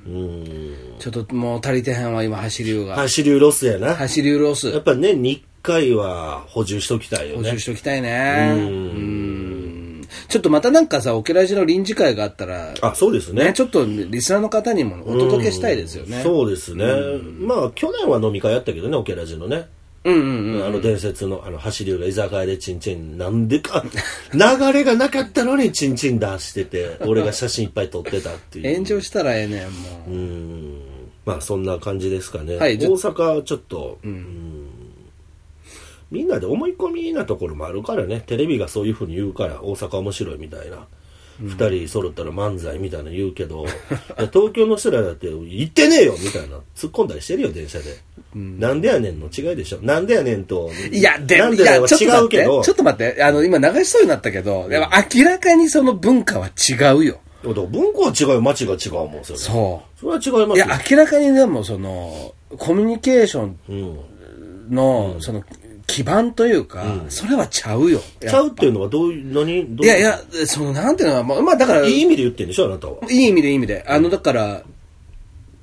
[SPEAKER 1] うん。
[SPEAKER 2] ちょっともう足りてへんわ、今、走りゅうが。
[SPEAKER 1] 走りロスやな。
[SPEAKER 2] 走りゅうロス
[SPEAKER 1] やっ。ぱね、2回は補充しときたいよ
[SPEAKER 2] 補
[SPEAKER 1] ね
[SPEAKER 2] 充。しておきたいね。うん。ちょっとまたなんかさ、オケラジの臨時会があったら、
[SPEAKER 1] あ、そうですね。
[SPEAKER 2] ね、ちょっとリスナーの方にもお届けしたいですよね。
[SPEAKER 1] そうですね。まあ、去年は飲み会あったけどね、オケラジのね。
[SPEAKER 2] うんうん。
[SPEAKER 1] あの伝説の、あの、走り裏居酒屋でチンチン、なんでか、流れがなかったのにチンチン出してて、俺が写真いっぱい撮ってたって いう。
[SPEAKER 2] 炎上したらええねん、もう。
[SPEAKER 1] うんまあそんな感じですかね、
[SPEAKER 2] はいじ
[SPEAKER 1] 大
[SPEAKER 2] ゃ
[SPEAKER 1] 阪ちょっと、うんみんなで思い込みなところもあるからねテレビがそういうふうに言うから大阪面白いみたいな、二人揃ったら漫才みたいなの言うけど いや東京の人らだって行ってねえよみたいな突っ込んだりしてるよ電車で、なんでやねんの違いでしょなんでやねんと
[SPEAKER 2] いや、で
[SPEAKER 1] な
[SPEAKER 2] も、
[SPEAKER 1] ん
[SPEAKER 2] い
[SPEAKER 1] でだよ
[SPEAKER 2] や、
[SPEAKER 1] は
[SPEAKER 2] ちょっと
[SPEAKER 1] 違
[SPEAKER 2] 待
[SPEAKER 1] う
[SPEAKER 2] って
[SPEAKER 1] け、ど
[SPEAKER 2] ちょっと待って、あの、今流しそうになったけど、でも明らかにその文化は違うよ。
[SPEAKER 1] でもだから文化は違うよ街が違うもんそれ
[SPEAKER 2] そ
[SPEAKER 1] それは違いま
[SPEAKER 2] う。
[SPEAKER 1] す
[SPEAKER 2] い
[SPEAKER 1] よ
[SPEAKER 2] や、明らかにでも、その、コミュニケーション
[SPEAKER 1] うん、
[SPEAKER 2] の、その、基盤というか、それはちゃうよ。
[SPEAKER 1] ちゃうっていうのはどういう何どう
[SPEAKER 2] いやいや、その、なんていうのは、まあ、まあ、だから、
[SPEAKER 1] いい
[SPEAKER 2] い
[SPEAKER 1] 意味で言ってんでしょあなたはい
[SPEAKER 2] 意味でいい意味で。あの、だから、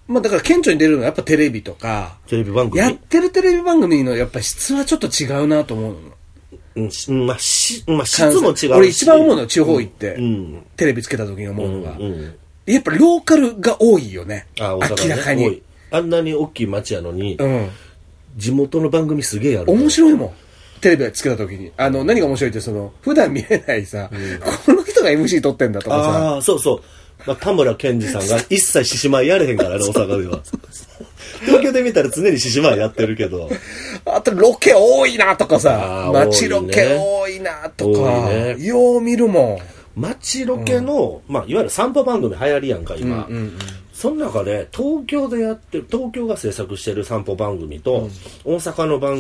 [SPEAKER 2] まあ、だから、顕著に出るのはやっぱテレビとか、
[SPEAKER 1] テレビ番組
[SPEAKER 2] やってるテレビ番組のやっぱ質はちょっと違うなと思うの。
[SPEAKER 1] うん、しまあ、し、まあ、質も違うし。
[SPEAKER 2] 俺一番思うのよ、地方行って、
[SPEAKER 1] うん
[SPEAKER 2] テレビつけた時に思うのが。
[SPEAKER 1] うん。
[SPEAKER 2] やっぱローカルが多いよね。
[SPEAKER 1] あ、大阪ね
[SPEAKER 2] 明らか
[SPEAKER 1] 多
[SPEAKER 2] に
[SPEAKER 1] い。あんなに大きい町やのに、
[SPEAKER 2] うん。
[SPEAKER 1] 地元の番組すげえやる。
[SPEAKER 2] 面白いもん。テレビつけた時に。あの、何が面白いって、その、普段見えないさ、この人が MC 撮ってんだとかさ、
[SPEAKER 1] ああ、そうそう。まあ、田村健二さんが一切獅子舞やれへんからね、大阪では。東京で見たら常に獅子舞やってるけど。
[SPEAKER 2] あとロケ多いなとか
[SPEAKER 1] あ
[SPEAKER 2] さ、
[SPEAKER 1] ー
[SPEAKER 2] 街ロケ多いなとか、
[SPEAKER 1] 多いね
[SPEAKER 2] よう見るもん。
[SPEAKER 1] 街ロケの、まあ、いわゆる散歩番組流行りやんか、今。その中で、東京でやってる、東京が制作してる散歩番組と、大阪の番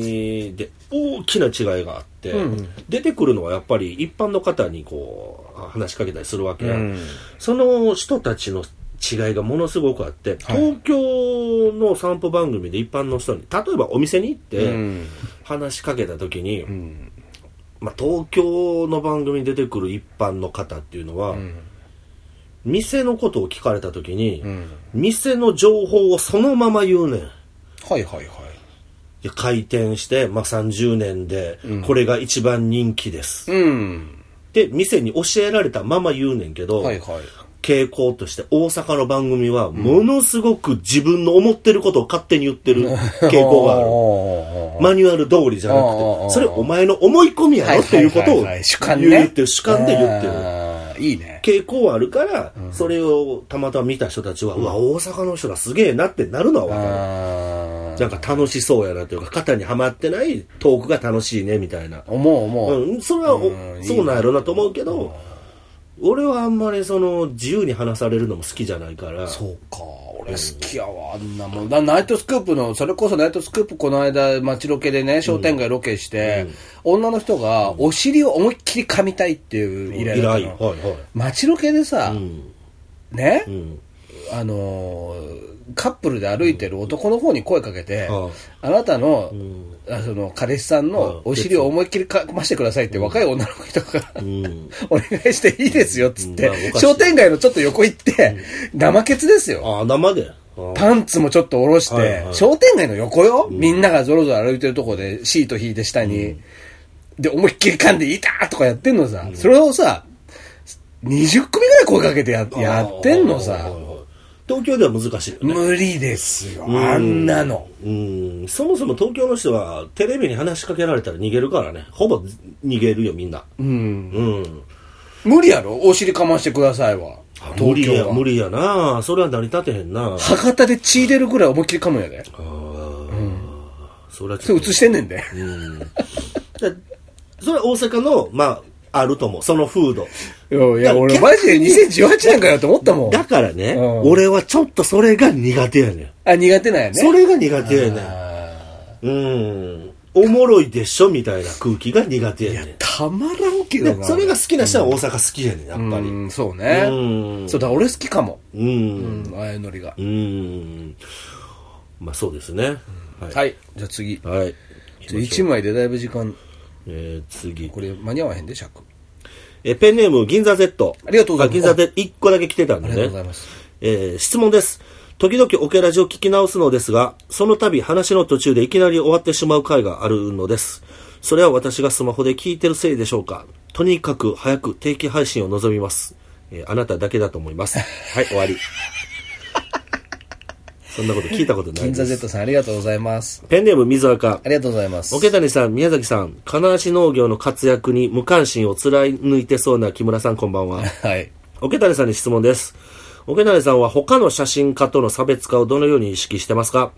[SPEAKER 1] 組で大きな違いがあって、出てくるのはやっぱり一般の方にこう、話しかけたりするわけや、
[SPEAKER 2] うん
[SPEAKER 1] その人たちの違いがものすごくあって、東京の散歩番組で一般の人に、例えばお店に行って、
[SPEAKER 2] うん
[SPEAKER 1] 話しかけた時に、まあ、東京の番組に出てくる一般の方っていうのは、店のことを聞かれた時に、店の情報をそのまま言うねん。
[SPEAKER 2] はいはいはい。
[SPEAKER 1] いや開店して、まあ、30年で、これが一番人気です。
[SPEAKER 2] うん。
[SPEAKER 1] で、店に教えられたまま言うねんけど、
[SPEAKER 2] はいはい。
[SPEAKER 1] 傾向として大阪の番組は、ものすごく自分の思ってることを勝手に言ってる傾向 がある。
[SPEAKER 2] あ
[SPEAKER 1] マニュアル通りじゃな
[SPEAKER 2] あーあーあ
[SPEAKER 1] く
[SPEAKER 2] ー
[SPEAKER 1] て、それお前の思い込みやろっていうことを
[SPEAKER 2] はいはいはいはい主観ね
[SPEAKER 1] 言ってる、主観で言ってる。
[SPEAKER 2] る。いいね。
[SPEAKER 1] 傾向はあるから、それをたまたま見た人たちは、うわ、大阪の人らすげえなってなるのはわか
[SPEAKER 2] あ
[SPEAKER 1] る。
[SPEAKER 2] ー
[SPEAKER 1] なんか楽しそうやなというか、肩にはまってないトークが楽しいね、みたいな。
[SPEAKER 2] 思う思う。
[SPEAKER 1] うん、それはお
[SPEAKER 2] うん
[SPEAKER 1] そうなんやろなと思うけど、俺はあんまりその、自由に話されるのも好きじゃないから、
[SPEAKER 2] そうか、俺好きやわ、あんなもん。だナイトスクープの、それこそナイトスクープこの間街ロケでね、商店街ロケして、女の人がお尻を思いっきり噛みたいっていう依
[SPEAKER 1] 以
[SPEAKER 2] 頼
[SPEAKER 1] 来、
[SPEAKER 2] だ
[SPEAKER 1] は
[SPEAKER 2] っ
[SPEAKER 1] い
[SPEAKER 2] たの
[SPEAKER 1] は
[SPEAKER 2] 街ロケでさ、
[SPEAKER 1] い。うん。
[SPEAKER 2] ね、
[SPEAKER 1] うん。
[SPEAKER 2] あのーカップルで歩いてる男の方に声かけて、
[SPEAKER 1] うん
[SPEAKER 2] あなたの、あその彼氏さんの
[SPEAKER 1] うん
[SPEAKER 2] お尻を思いっきりかましてくださいって若い女の人が、
[SPEAKER 1] ん
[SPEAKER 2] お願いしていいですよっつって、
[SPEAKER 1] うんまあおかしい
[SPEAKER 2] 商店街のちょっと横行って、生ケツですよ。
[SPEAKER 1] ああ、生で。ああ
[SPEAKER 2] パンツもちょっと下ろして、
[SPEAKER 1] はいはい
[SPEAKER 2] 商店街の横よ、みんながぞろぞろ歩いてるとこでシート引いて下に、で、思いっきり噛んで、いたーとかやってんのさ、それをさ、20組ぐらい声かけてややってんの
[SPEAKER 1] はい
[SPEAKER 2] さ
[SPEAKER 1] は、いはい東京では難しいよね。
[SPEAKER 2] 無理ですよ、あんなの。
[SPEAKER 1] うん、そもそも東京の人はテレビに話しかけられたら逃げるからね。ほぼ逃げるよ、みんな。
[SPEAKER 2] うん。
[SPEAKER 1] うん。
[SPEAKER 2] 無理やろお尻かましてくださいは。
[SPEAKER 1] あ無
[SPEAKER 2] 東
[SPEAKER 1] 理
[SPEAKER 2] 京
[SPEAKER 1] や、無
[SPEAKER 2] は。
[SPEAKER 1] 理やな。それは成り立てへんな。
[SPEAKER 2] 博多で血出るぐらい思いっきり噛むんやで。
[SPEAKER 1] あーそれはち
[SPEAKER 2] そ
[SPEAKER 1] ょ
[SPEAKER 2] れ
[SPEAKER 1] っと
[SPEAKER 2] 映。してんねんで。
[SPEAKER 1] うん。だそれは大阪の、まあ、あると思う。その風土。
[SPEAKER 2] いやいや、
[SPEAKER 1] だ
[SPEAKER 2] 俺
[SPEAKER 1] 逆
[SPEAKER 2] マジで2018年かよと思ったもん。
[SPEAKER 1] だからね、
[SPEAKER 2] うん
[SPEAKER 1] 俺はちょっとそれが苦手やねん。
[SPEAKER 2] あ、苦手なんやね。
[SPEAKER 1] それが苦手やねん。
[SPEAKER 2] あー
[SPEAKER 1] うん。おもろいでしょみたいな空気が苦手やねん。
[SPEAKER 2] たまらんけど
[SPEAKER 1] で
[SPEAKER 2] な。
[SPEAKER 1] それが好きな人は大阪好きやねん、やっぱり。
[SPEAKER 2] うん、そうね。
[SPEAKER 1] うん
[SPEAKER 2] そうだ、俺好きかも。
[SPEAKER 1] う。
[SPEAKER 2] うんん、あやのりが
[SPEAKER 1] う。ん。まあそうですね。はい。
[SPEAKER 2] はい。じゃあ次。
[SPEAKER 1] はい。
[SPEAKER 2] ちょ一枚でだいぶ時間、
[SPEAKER 1] えー、次。
[SPEAKER 2] これ間に合わへんで、尺。
[SPEAKER 1] え、ペンネーム、銀座 Z。
[SPEAKER 2] ありがとうございます
[SPEAKER 1] あ銀座で1個だけ来てたんで
[SPEAKER 2] あり
[SPEAKER 1] ね。
[SPEAKER 2] がとうございます。
[SPEAKER 1] えー質問です。時々オケラジを聞き直すのですが、その度話の途中でいきなり終わってしまう回があるのです。それは私がスマホで聞いてるせいでしょうか。とにかく早く定期配信を望みます。えーあなただけだと思い ます。はい、終わり。そんなこと聞いたことない
[SPEAKER 2] 銀座
[SPEAKER 1] です。
[SPEAKER 2] Z さんありがとうございます。
[SPEAKER 1] ペンネーム水垢
[SPEAKER 2] あ。りがとうございます。
[SPEAKER 1] 桶谷さん、宮崎さん、金足農業の活躍に無関心を貫いてそうな木村さんこんばんは。
[SPEAKER 2] はい。
[SPEAKER 1] 桶谷さんに質問です。桶谷さんは他の写真家との差別化をどのように意識してますか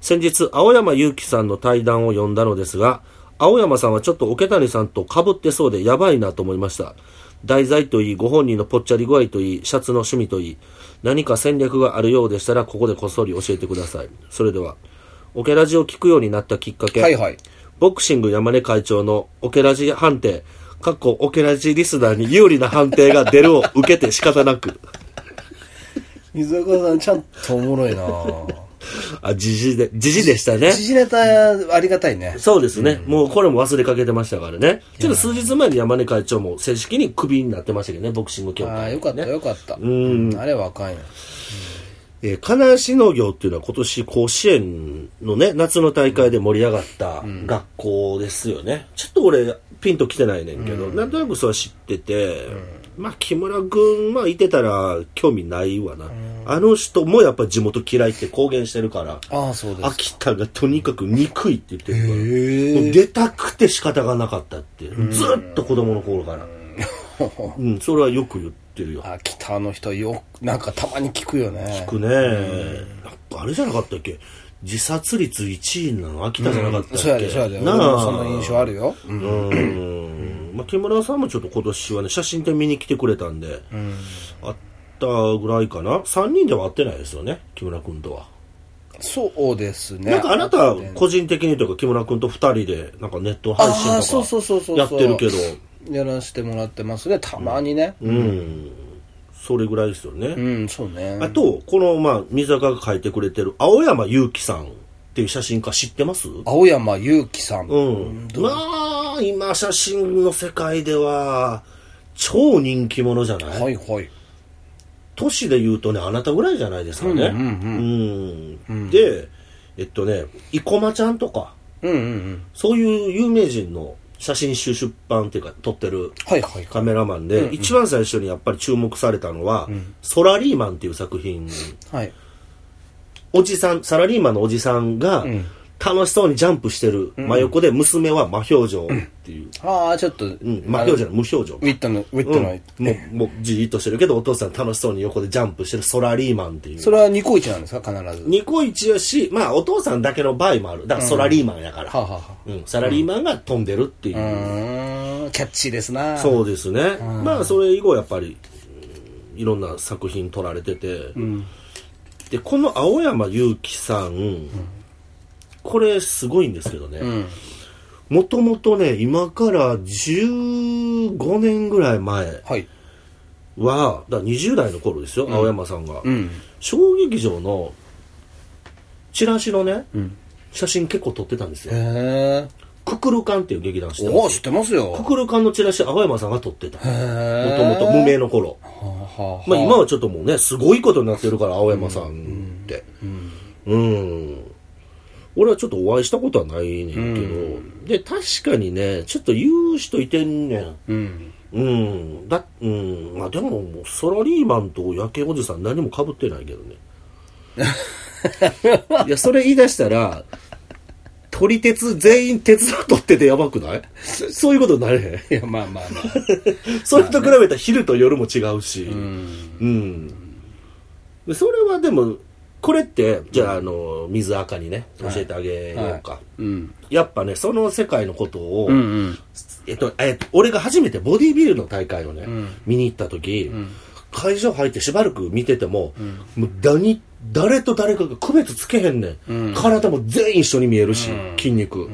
[SPEAKER 1] 先日、青山祐樹さんの対談を読んだのですが、青山さんはちょっと桶谷さんと被ってそうでやばいなと思いました。題材といい、ご本人のぽっちゃり具合といい、シャツの趣味といい、何か戦略があるようでしたら、ここでこっそり教えてください。それでは、オケラジを聞くようになったきっかけ、
[SPEAKER 2] はいはい。
[SPEAKER 1] ボクシング山根会長のオケラジ判定、かっこオケラジリスナーに有利な判定が出るを受けて仕方なく、
[SPEAKER 2] 水岡さんちゃんとおもろ いな
[SPEAKER 1] あ、じじで、じじでしたね。
[SPEAKER 2] 時事ネタありがたいね。
[SPEAKER 1] そうですね、もうこれも忘れかけてましたからね。ちょっと数日前に山根会長も正式にクビになってましたけどね、ボクシング協
[SPEAKER 2] ああ、
[SPEAKER 1] 会、
[SPEAKER 2] よかったよかった。
[SPEAKER 1] ん
[SPEAKER 2] あれはあかんよ。
[SPEAKER 1] えー、金足農業っていうのは今年甲子園のね、夏の大会で盛り上がった学校ですよね。ちょっと俺、ピンと来てないねんけど、なんとなくそれは知ってて、まあ木村君、まあいてたら興味ないわな。あの人もやっぱ地元嫌いって公言してるから、
[SPEAKER 2] ああ、そうです。
[SPEAKER 1] 秋田がとにかく憎いって言ってるから、
[SPEAKER 2] へ
[SPEAKER 1] もう出たくて仕方がなかったって、ずっと子供の頃から。うん、それはよく言ってるよ。
[SPEAKER 2] 秋田の人よく、なんかたまに聞くよね。
[SPEAKER 1] くね、なんかあれじゃなかったっけ自殺率1位なの秋田じゃなかったっけ、
[SPEAKER 2] そうやで、そうやで。
[SPEAKER 1] な
[SPEAKER 2] 俺も
[SPEAKER 1] あ
[SPEAKER 2] その印象あるよ。
[SPEAKER 1] うん、まあ、木村さんもちょっと今年はね写真展見に来てくれたんで、あったぐらいかな3人では会ってないですよね木村君とは、
[SPEAKER 2] そうですね。
[SPEAKER 1] なんかあなた個人的にというか木村君と2人でなんかネット配
[SPEAKER 2] ああ、そ
[SPEAKER 1] 信
[SPEAKER 2] うそうそうそ
[SPEAKER 1] と
[SPEAKER 2] う。
[SPEAKER 1] かやってるけど
[SPEAKER 2] やらせてもらってますね。たまにね。
[SPEAKER 1] うんそれぐらいですよね、
[SPEAKER 2] うん、そうね。
[SPEAKER 1] あとこのまあ水坂が書いてくれてる青山祐樹さんっていう写真家知ってます
[SPEAKER 2] 青山祐樹さん。
[SPEAKER 1] うん、まあ今写真の世界では超人気者じゃない、
[SPEAKER 2] はいはい。
[SPEAKER 1] 都市で言うとねあなたぐらいじゃないですかね
[SPEAKER 2] うん
[SPEAKER 1] うんでえっとね生駒ちゃんとか
[SPEAKER 2] うんうんうん。
[SPEAKER 1] そういう有名人の写真集出版っていうか撮ってる
[SPEAKER 2] はいはい。
[SPEAKER 1] カメラマンで、一番最初にやっぱり注目されたのは「ソラリーマン」っていう作品
[SPEAKER 2] はい。
[SPEAKER 1] おじさんサラリーマンのおじさんが、楽しそうにジャンプしてる真横で娘は真表情っていう、
[SPEAKER 2] ああ、ちょっと、
[SPEAKER 1] うん、真表情じゃない無表情
[SPEAKER 2] ウィットの、ウィットの、
[SPEAKER 1] うん、もうもうじーっとしてるけどお父さん楽しそうに横でジャンプしてるソラリーマンっていう
[SPEAKER 2] それはニコイチなんですか必ず。
[SPEAKER 1] ニコイチやしまあお父さんだけの場合もあるだからソラリーマンやから、
[SPEAKER 2] はあ、はあはあ
[SPEAKER 1] うんサラリーマンが飛んでるっていう、
[SPEAKER 2] うーん、キャッチーですな
[SPEAKER 1] そうですね、まあそれ以後やっぱりうんいろんな作品撮られてて、でこの青山祐希さん、これすごいんですけどね、
[SPEAKER 2] うん。
[SPEAKER 1] もともとね今から15年ぐらい前
[SPEAKER 2] はい。
[SPEAKER 1] はだから20代の頃ですよ、青山さんが、
[SPEAKER 2] うん。
[SPEAKER 1] 小劇場のチラシのね、写真結構撮ってたんです
[SPEAKER 2] へ
[SPEAKER 1] よ
[SPEAKER 2] え。
[SPEAKER 1] ククルカンっていう劇団して
[SPEAKER 2] お
[SPEAKER 1] ま
[SPEAKER 2] お、
[SPEAKER 1] す
[SPEAKER 2] 知ってますよ。
[SPEAKER 1] ククルカンのチラシ青山さんが撮ってた
[SPEAKER 2] へ
[SPEAKER 1] も
[SPEAKER 2] え。
[SPEAKER 1] ともと無名の頃
[SPEAKER 2] はあはあ。
[SPEAKER 1] まあ、今はちょっともうねすごいことになってるから青山さんってうん、俺はちょっとお会いしたことはないねんけど、で確かにねちょっと言う人いてんねん
[SPEAKER 2] うん。
[SPEAKER 1] うんだうんまあでももうサラリーマンと夜景おじさん何もかぶってないけ どねいやそれ言い出したら撮り鉄全員鉄道取っててやばくないそそういうことになれへん
[SPEAKER 2] いや、まあまあま あ。
[SPEAKER 1] それと比べたら昼と夜も違うし、
[SPEAKER 2] うん。
[SPEAKER 1] うん。でそれはでも、これって、じゃあ、あの、水垢にね、教えてあげようか。
[SPEAKER 2] うん。
[SPEAKER 1] やっぱね、その世界のことを、
[SPEAKER 2] うんうん。
[SPEAKER 1] えっと、えっと、俺が初めてボディービルの大会をね、
[SPEAKER 2] ん
[SPEAKER 1] 見に行った時、会場入ってしばらく見てても、もう誰誰と誰かが区別つけへんねん。
[SPEAKER 2] うん
[SPEAKER 1] 体も全員一緒に見えるし、筋肉、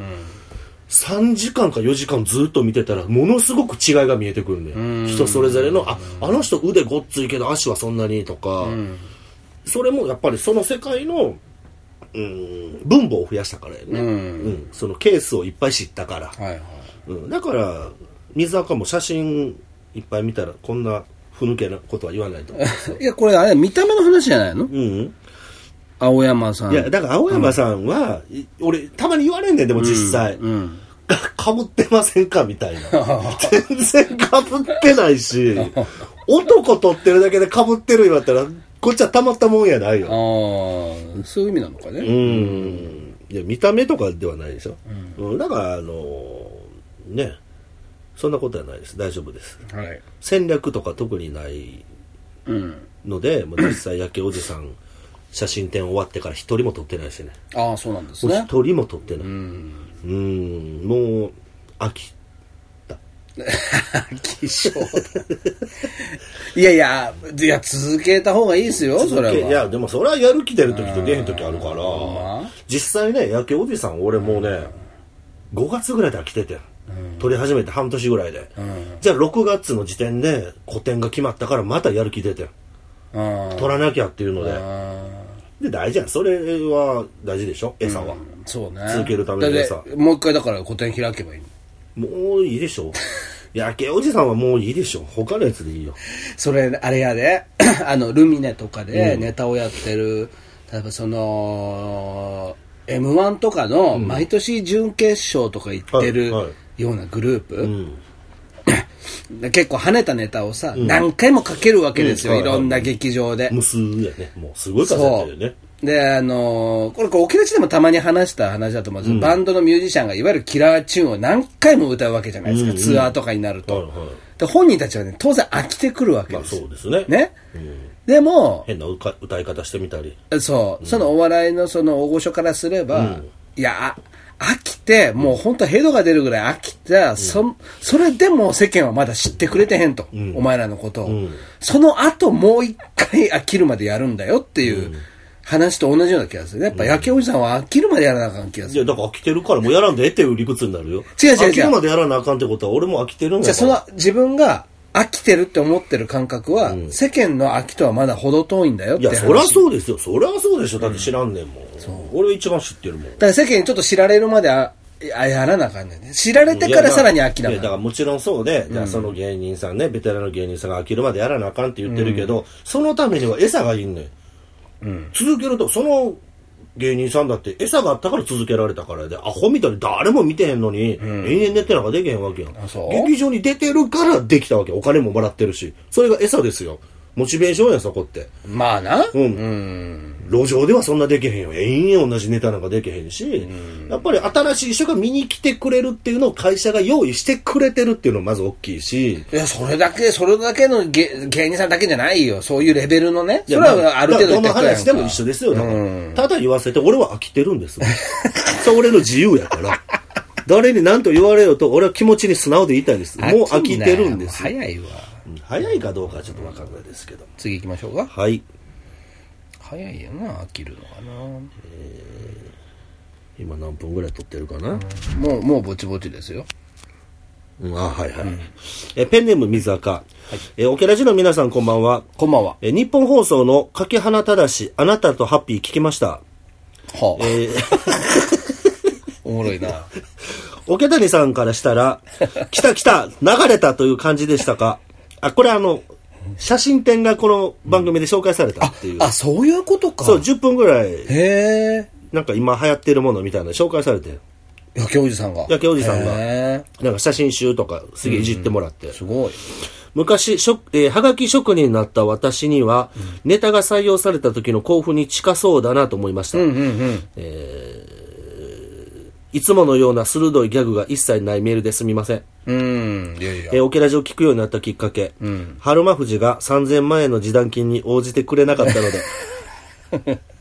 [SPEAKER 1] 3時間か4時間ずっと見てたら、ものすごく違いが見えてくるね、
[SPEAKER 2] うん
[SPEAKER 1] ん。人それぞれの、あ、あの人腕ごっついけど足はそんなにとか、
[SPEAKER 2] ん
[SPEAKER 1] それもやっぱりその世界の、うん、分母を増やしたからやね。
[SPEAKER 2] うん
[SPEAKER 1] うん、そのケースをいっぱい知ったから。
[SPEAKER 2] はいはい。
[SPEAKER 1] うん、だから水垢も写真いっぱい見たら こんなふぬけなことは言わないと思うんですよ
[SPEAKER 2] いや、これあれ、見た目の話じゃないの
[SPEAKER 1] うん
[SPEAKER 2] 青山さん。
[SPEAKER 1] いや、だから青山さんは、い俺、たまに言われんねん、でも実際。
[SPEAKER 2] うん。
[SPEAKER 1] かぶってませんかみたいな。全然かぶってないし、男取ってるだけでかぶってる言われたら、こっちはたまったもんやない
[SPEAKER 2] ああ
[SPEAKER 1] よ。、
[SPEAKER 2] そういう意味なのかね。
[SPEAKER 1] うん。いや、見た目とかではないでしょ。うん。だから、あのーね、そんなことはないです。大丈夫です。
[SPEAKER 2] はい。
[SPEAKER 1] 戦略とか特にない
[SPEAKER 2] うん。
[SPEAKER 1] ので、もう実際、焼けおじさん、写真展終わってから一人も撮ってないしね。
[SPEAKER 2] ああ、そうなんです
[SPEAKER 1] もう
[SPEAKER 2] ね。
[SPEAKER 1] 一人も撮ってない。う
[SPEAKER 2] う。
[SPEAKER 1] んん、もう、飽き
[SPEAKER 2] 希少だ。いやいや、いや、続けた方がいいですよ、それ
[SPEAKER 1] い
[SPEAKER 2] は。
[SPEAKER 1] やでもそれはやる気出る時と出へん時あるから
[SPEAKER 2] ほんま
[SPEAKER 1] 実際ね野球おじさん俺もうね5月ぐらいで飽きててん取り始めて半年ぐらいで、じゃあ6月の時点で個展が決まったからまたやる気出てん
[SPEAKER 2] うん。
[SPEAKER 1] 取らなきゃっていうのでで大事やんそれは大事でしょ餌は、
[SPEAKER 2] そうね。
[SPEAKER 1] 続けるためにさ
[SPEAKER 2] だってもう一回だから個展開けばいいの
[SPEAKER 1] もういいで しょ野球おじさんはもういいでしょ他のやつでいいよ
[SPEAKER 2] それ、あれやで、 あの、ルミネとかでネタをやってる、例えばその、M1 とかの毎年準決勝とか行ってる
[SPEAKER 1] はいはい
[SPEAKER 2] ようなグループ、
[SPEAKER 1] うん
[SPEAKER 2] 結構跳ねたネタをさ、何回もかけるわけですよ、
[SPEAKER 1] うん
[SPEAKER 2] いろんな劇場で。
[SPEAKER 1] 無数やねもうすごい数やっ
[SPEAKER 2] そ
[SPEAKER 1] てるよね
[SPEAKER 2] う。で、あのーこれ、これ、沖縄市でもたまに話した話だと思うんです、バンドのミュージシャンがいわゆるキラーチューンを何回も歌うわけじゃないですか、
[SPEAKER 1] うんうん
[SPEAKER 2] ツアーとかになると、
[SPEAKER 1] はいはい
[SPEAKER 2] で。本人たちはね、当然飽きてくるわけ
[SPEAKER 1] まあ
[SPEAKER 2] です。
[SPEAKER 1] そうですね
[SPEAKER 2] ね、
[SPEAKER 1] うん
[SPEAKER 2] でも、
[SPEAKER 1] 変な歌歌い方してみたり
[SPEAKER 2] そう、そのお笑いのその大御所からすれば、いや、あ飽きて、もう本当ヘドが出るぐらい飽きて、そそれでも世間はまだ知ってくれてへんと、お前らのことを、その後もう一回飽きるまでやるんだよっていう話と同じような気がする。やっぱ焼けおじさんは飽きるまでやらなあかん気が
[SPEAKER 1] い
[SPEAKER 2] す
[SPEAKER 1] や、
[SPEAKER 2] る。
[SPEAKER 1] だから飽きてるからもうやらんでええっていう理屈になるよ。
[SPEAKER 2] 違う違う違う
[SPEAKER 1] 飽きるまでやらなあかんってことは俺も飽きてるん
[SPEAKER 2] じゃ
[SPEAKER 1] や
[SPEAKER 2] あそ
[SPEAKER 1] から。
[SPEAKER 2] の自分が飽きてるって思ってる感覚は、世間の飽きとはまだ程遠いんだよっ
[SPEAKER 1] い
[SPEAKER 2] て
[SPEAKER 1] や、
[SPEAKER 2] 話。
[SPEAKER 1] そりゃそうですよ。そりゃそうでしょ。だって知らんねんもん。俺一番知ってるもん。
[SPEAKER 2] だから世間にちょっと知られるまでああやらなあかんねんね。知られてからさらに飽きなあ
[SPEAKER 1] いや
[SPEAKER 2] かん
[SPEAKER 1] だからもちろんそうで、じゃあその芸人さんね、ベテランの芸人さんが飽きるまでやらなあかんって言ってるけど、そのためには餌がいんねん。続けると、その芸人さんだって餌があったから続けられたからで、アホみたいに誰も見てへんのに、延々ネタなんかできへんわけやん
[SPEAKER 2] あそう。
[SPEAKER 1] 劇場に出てるからできたわけ。お金ももらってるし。それが餌ですよ。モチベーションやん、そこって。
[SPEAKER 2] まあな。
[SPEAKER 1] うん。路上ではそんなできへんよ。延々同じネタなんかできへんし、やっぱり新しい人が見に来てくれるっていうのを会社が用意してくれてるっていうのがまず大きいし、
[SPEAKER 2] いや、それだけ、それだけの芸芸人さんだけじゃないよ。そういうレベルのね。
[SPEAKER 1] い
[SPEAKER 2] そ
[SPEAKER 1] や
[SPEAKER 2] れ
[SPEAKER 1] ま
[SPEAKER 2] はある程度
[SPEAKER 1] どの
[SPEAKER 2] 言って
[SPEAKER 1] 話
[SPEAKER 2] くれ
[SPEAKER 1] で
[SPEAKER 2] やんか
[SPEAKER 1] も一緒ですよ。だからただ言わせて、俺は飽きてるんです。それ俺の自由やから。誰に何と言われようと、俺は気持ちに素直で言いたいです。もう飽きてるんです。
[SPEAKER 2] 飽きなよもう早いわ。
[SPEAKER 1] うん早いかどうかはちょっとわかんないですけども。
[SPEAKER 2] 次行きましょうか。
[SPEAKER 1] はい。
[SPEAKER 2] 早いよな、飽きるのかな。
[SPEAKER 1] 今何分ぐらい撮ってるかな、
[SPEAKER 2] もう、もうぼちぼちですよ。
[SPEAKER 1] うんあ、はいはい。えペンネーム水垢。えオケラジの皆さんこんばんは。
[SPEAKER 2] こんばんは。
[SPEAKER 1] えー日本放送のかけはなただし、あなたとハッピー聞きました。
[SPEAKER 2] はあ、
[SPEAKER 1] え ー
[SPEAKER 2] おもろいな。
[SPEAKER 1] 桶谷さんからした ら、来た来た、流れたという感じでしたかあ、これあの、写真展がこの番組で紹介されたっていう。
[SPEAKER 2] あ、そういうことか。
[SPEAKER 1] そう、10分ぐらい、
[SPEAKER 2] へえ。
[SPEAKER 1] なんか今流行ってるものみたいなの紹介されて、
[SPEAKER 2] 焼けおじさんが。
[SPEAKER 1] 焼けおじさんが
[SPEAKER 2] へ
[SPEAKER 1] なんか写真集とかすげえいじってもらって。
[SPEAKER 2] え。すごい。
[SPEAKER 1] 昔、しょえーはがき職人になった私には、ネタが採用された時の興奮に近そうだなと思いました。
[SPEAKER 2] うんうん。
[SPEAKER 1] いつものような鋭いギャグが一切ないメールですみません。
[SPEAKER 2] うん。いやいや。
[SPEAKER 1] えーオケラジを聞くようになったきっかけ、春馬富士が3000万円の示談金に応じてくれなかったので、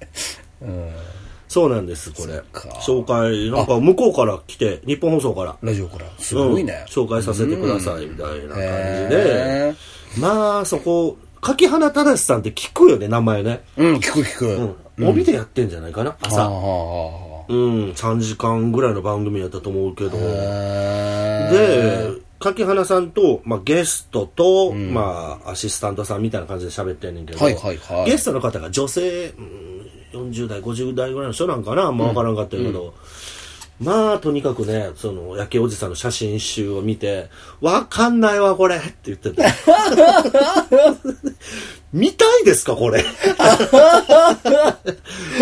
[SPEAKER 1] そうなんですこれ
[SPEAKER 2] か
[SPEAKER 1] 紹介なんか向こうから来て日本放送から
[SPEAKER 2] ラジオから。すごいね。
[SPEAKER 1] うん紹介させてくださいみたいな感じ
[SPEAKER 2] へ
[SPEAKER 1] でまあそこ柿花正さんって聞くよね名前ね、
[SPEAKER 2] うん、聞く聞く。
[SPEAKER 1] うん、帯でやってんじゃないかな
[SPEAKER 2] はあ
[SPEAKER 1] 朝、
[SPEAKER 2] は
[SPEAKER 1] うん、3時間ぐらいの番組やったと思うけど、
[SPEAKER 2] あはあ。へえ
[SPEAKER 1] で、柿花さんと、まあ、ゲストと、まあ、アシスタントさんみたいな感じで喋ってんねんけど、
[SPEAKER 2] はいはいはい
[SPEAKER 1] ゲストの方が女性、うん40代、50代ぐらいの人なんかな、あんま分からんかったけど、まあ、とにかくね、その、焼けおじさんの写真集を見て、わかんないわ、これって言って た。見たいですか、これ。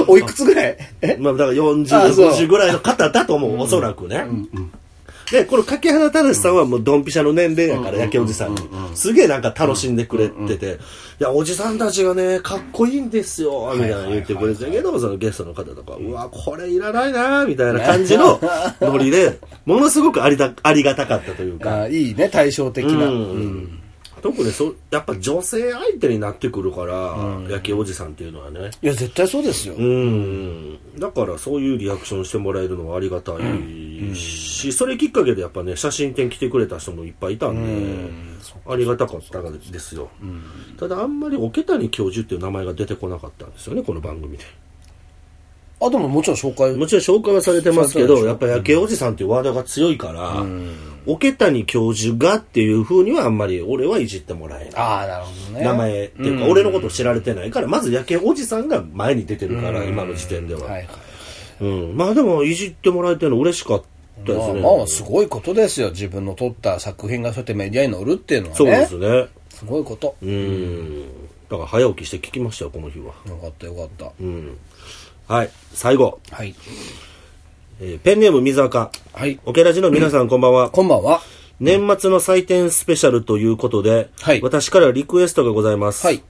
[SPEAKER 2] おいくつぐらいえ
[SPEAKER 1] まあ、だから
[SPEAKER 2] あ
[SPEAKER 1] 40、
[SPEAKER 2] そう
[SPEAKER 1] 50ぐらいの方だと思う、おそらくね。で、この柿原忠さんはもうドンピシャの年齢やから、焼けおじさんに。すげえなんか楽しんでくれてて、いや、おじさんたちがね、かっこいいんですよ、みたいなの言ってくれてたけど、そのゲストの方とか、うわ、これいらないな、みたいな感じのノリで、ものすごくありだありがたかったというか。
[SPEAKER 2] あいいね、対照的な。
[SPEAKER 1] うん特にそうやっぱ女性相手になってくるから、焼けおじさんっていうのはね。
[SPEAKER 2] いや、絶対そうですよ。
[SPEAKER 1] うん、だからそういうリアクションしてもらえるのはありがたいし、それきっかけでやっぱね写真展来てくれた人もいっぱいいたんで、ありがたかったですよ、ただあんまり桶谷教授っていう名前が出てこなかったんですよねこの番組で
[SPEAKER 2] あ、でももちろん紹介。
[SPEAKER 1] もちろん紹介はされてますけ
[SPEAKER 2] そう
[SPEAKER 1] ど
[SPEAKER 2] そう
[SPEAKER 1] やっぱ焼けおじさんっていうワードが強いから、桶谷教授がっていうふうにはあんまり俺はいじってもらえない
[SPEAKER 2] ああ、なるほどね。
[SPEAKER 1] 名前っていうか、俺のこと知られてないから、まず焼けおじさんが前に出てるから、今の時点では。
[SPEAKER 2] はいはい。
[SPEAKER 1] うん、まあでもいじってもらえてるの嬉しかったですね。
[SPEAKER 2] まあまあ、すごいことですよ。自分の撮った作品がそうやってメディアに載るっていうのはね。
[SPEAKER 1] そうですね。
[SPEAKER 2] すごいこと。
[SPEAKER 1] うん。だから早起きして聞きましたよ、この日は。
[SPEAKER 2] よかったよかった。
[SPEAKER 1] うん。はい、最後。
[SPEAKER 2] はい。
[SPEAKER 1] えーペンネーム水垢。
[SPEAKER 2] はい。
[SPEAKER 1] オケラジの皆さんこんばんは。
[SPEAKER 2] こんばんは。
[SPEAKER 1] 年末の祭典スペシャルということで、
[SPEAKER 2] はい
[SPEAKER 1] 私からリクエストがございます。
[SPEAKER 2] はい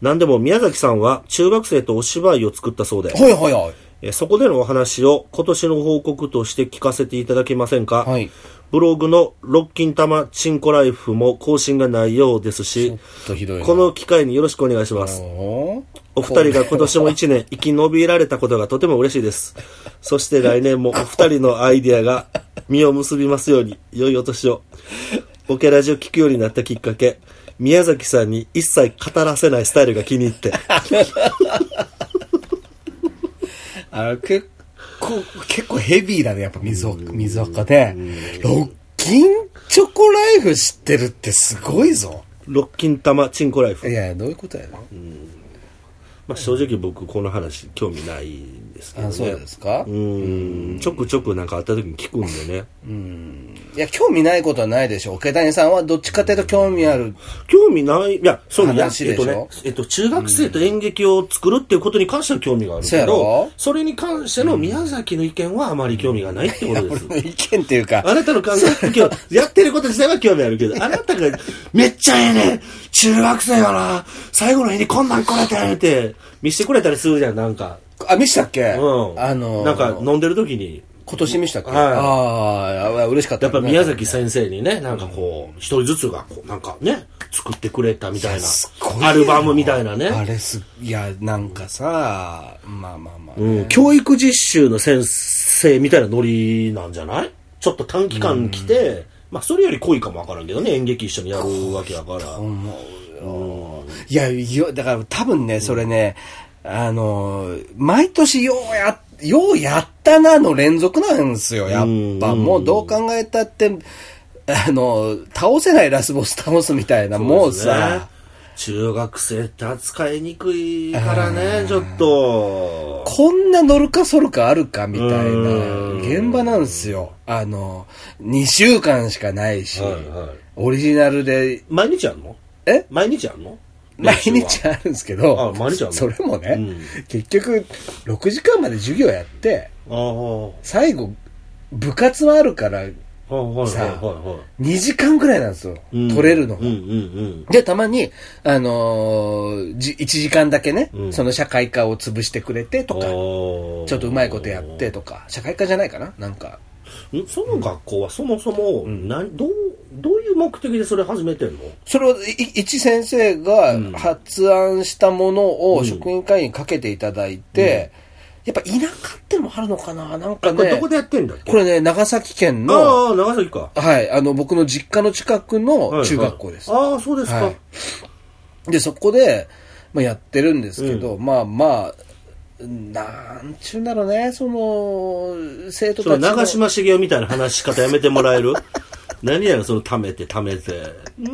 [SPEAKER 1] 何でも宮崎さんは中学生とお芝居を作ったそうで、
[SPEAKER 2] はいはいはい。
[SPEAKER 1] えーそこでのお話を今年の報告として聞かせていただけませんか、
[SPEAKER 2] はい
[SPEAKER 1] ブログのロッキン玉チンコライフも更新がないようですし
[SPEAKER 2] っとひどいな
[SPEAKER 1] この機会によろしくお願いします
[SPEAKER 2] お
[SPEAKER 1] お二人が今年も一年生き延びられたことがとても嬉しい ですそして来年もお二人のアイデアが実を結びますように良いお年をオケラジを聞くようになったきっかけ宮崎さんに一切語らせないスタイルが気に入って
[SPEAKER 2] あれ、結構、結構ヘビーだね、やっぱ水岡、水岡ね。ロッキンチョコライフ知ってるってすごいぞ。
[SPEAKER 1] ロッキン玉チンコライフ
[SPEAKER 2] いやいや、どういうことやね。
[SPEAKER 1] まあ、正直僕この話興味ないですけどね
[SPEAKER 2] あ、そうです
[SPEAKER 1] う
[SPEAKER 2] か
[SPEAKER 1] ーんちょくちょくなんかあった時に聞くんでね
[SPEAKER 2] いや、興味ないことはないでしょ。桶谷さんはどっちかというと興味ある。
[SPEAKER 1] 興味ないいやそうや
[SPEAKER 2] 話で
[SPEAKER 1] え
[SPEAKER 2] しょ
[SPEAKER 1] っとね、えっと、中学生と演劇を作るっていうことに関しては興味がある
[SPEAKER 2] そ
[SPEAKER 1] け
[SPEAKER 2] や
[SPEAKER 1] ど、
[SPEAKER 2] ろ
[SPEAKER 1] それに関しての宮崎の意見はあまり興味がないってこと です、
[SPEAKER 2] 意見っていうか、
[SPEAKER 1] あなたの考え、今日、やってること自体は興味あるけど、あなたが、めっちゃええねん中学生やな最後の日にこんなん来れてんって、見してくれたりするじゃん、なんか。
[SPEAKER 2] あ、見したっけ
[SPEAKER 1] うん。
[SPEAKER 2] あのー、
[SPEAKER 1] なんか飲んでる時に、
[SPEAKER 2] 今年見したっけ
[SPEAKER 1] はい
[SPEAKER 2] ああ、嬉しかった
[SPEAKER 1] やっ
[SPEAKER 2] ね。
[SPEAKER 1] ぱ宮崎先生にね、なんかこう、一人ずつがこう、なんかね、作ってくれたみたいな
[SPEAKER 2] すごい、よ
[SPEAKER 1] アルバムみたいな
[SPEAKER 2] あ
[SPEAKER 1] ね。
[SPEAKER 2] れす、いや、なんかさ、まあまあまあ。
[SPEAKER 1] うん、教育実習の先生みたいなノリなんじゃないちょっと短期間来て、まあそれより濃いかもわからんけどね、演劇一緒にやるわけやから。
[SPEAKER 2] いや、よ、だから多分ね、それね、あのー、毎年ようや、ようやったなの連続なんですよ、やっぱ。
[SPEAKER 1] うん
[SPEAKER 2] もうどう考えたって、あのー、倒せないラスボス倒すみたいな、もうさ、、
[SPEAKER 1] 中学生って扱いにくいからね、ちょっと。
[SPEAKER 2] こんな乗るか反るかあるかみたいな
[SPEAKER 1] うん
[SPEAKER 2] 現場なんですよ。あの、2週間しかないし、
[SPEAKER 1] はいはい
[SPEAKER 2] オリジナルで、
[SPEAKER 1] 毎日やんの
[SPEAKER 2] え
[SPEAKER 1] 毎日やんの
[SPEAKER 2] 毎
[SPEAKER 1] 練習
[SPEAKER 2] 日あるんですけど
[SPEAKER 1] あ、毎日あるの
[SPEAKER 2] それもね、
[SPEAKER 1] うん
[SPEAKER 2] 結局、6時間まで授業やって、
[SPEAKER 1] は
[SPEAKER 2] 最後、部活はあるから、
[SPEAKER 1] ああ、はい
[SPEAKER 2] さ
[SPEAKER 1] はい
[SPEAKER 2] あ
[SPEAKER 1] はいはい。
[SPEAKER 2] 2時間ぐらいなんですよ。
[SPEAKER 1] うん
[SPEAKER 2] 取れるの
[SPEAKER 1] うん
[SPEAKER 2] が
[SPEAKER 1] う。ん
[SPEAKER 2] で、たまに、あのーじ、1時間だけね、
[SPEAKER 1] うん
[SPEAKER 2] その社会科を潰してくれて
[SPEAKER 1] う
[SPEAKER 2] と
[SPEAKER 1] ん。
[SPEAKER 2] か、ち
[SPEAKER 1] ち
[SPEAKER 2] ょっとうまいことやってとか、社会科じゃないかななんか。
[SPEAKER 1] その学校はそもそも、などうどういう目的でそれ始めてんの
[SPEAKER 2] それをい一先生が発案したものを職員会議にかけていただいて、やっぱ田舎ってのもあるのかななんか
[SPEAKER 1] これど
[SPEAKER 2] ね
[SPEAKER 1] こ、でやってんだっけ
[SPEAKER 2] これね、長崎県の、
[SPEAKER 1] ああ長崎か
[SPEAKER 2] はい、あの、僕の実家の近くの中学校です。
[SPEAKER 1] はいはいああそうですか、
[SPEAKER 2] はいで、そこで、まあ、やってるんですけど、まあまあ、なんちゅうんだろうね、その、生徒
[SPEAKER 1] そ
[SPEAKER 2] たちの。
[SPEAKER 1] の長嶋茂雄みたいな話し方やめてもらえる 何やろその溜めて溜めてうー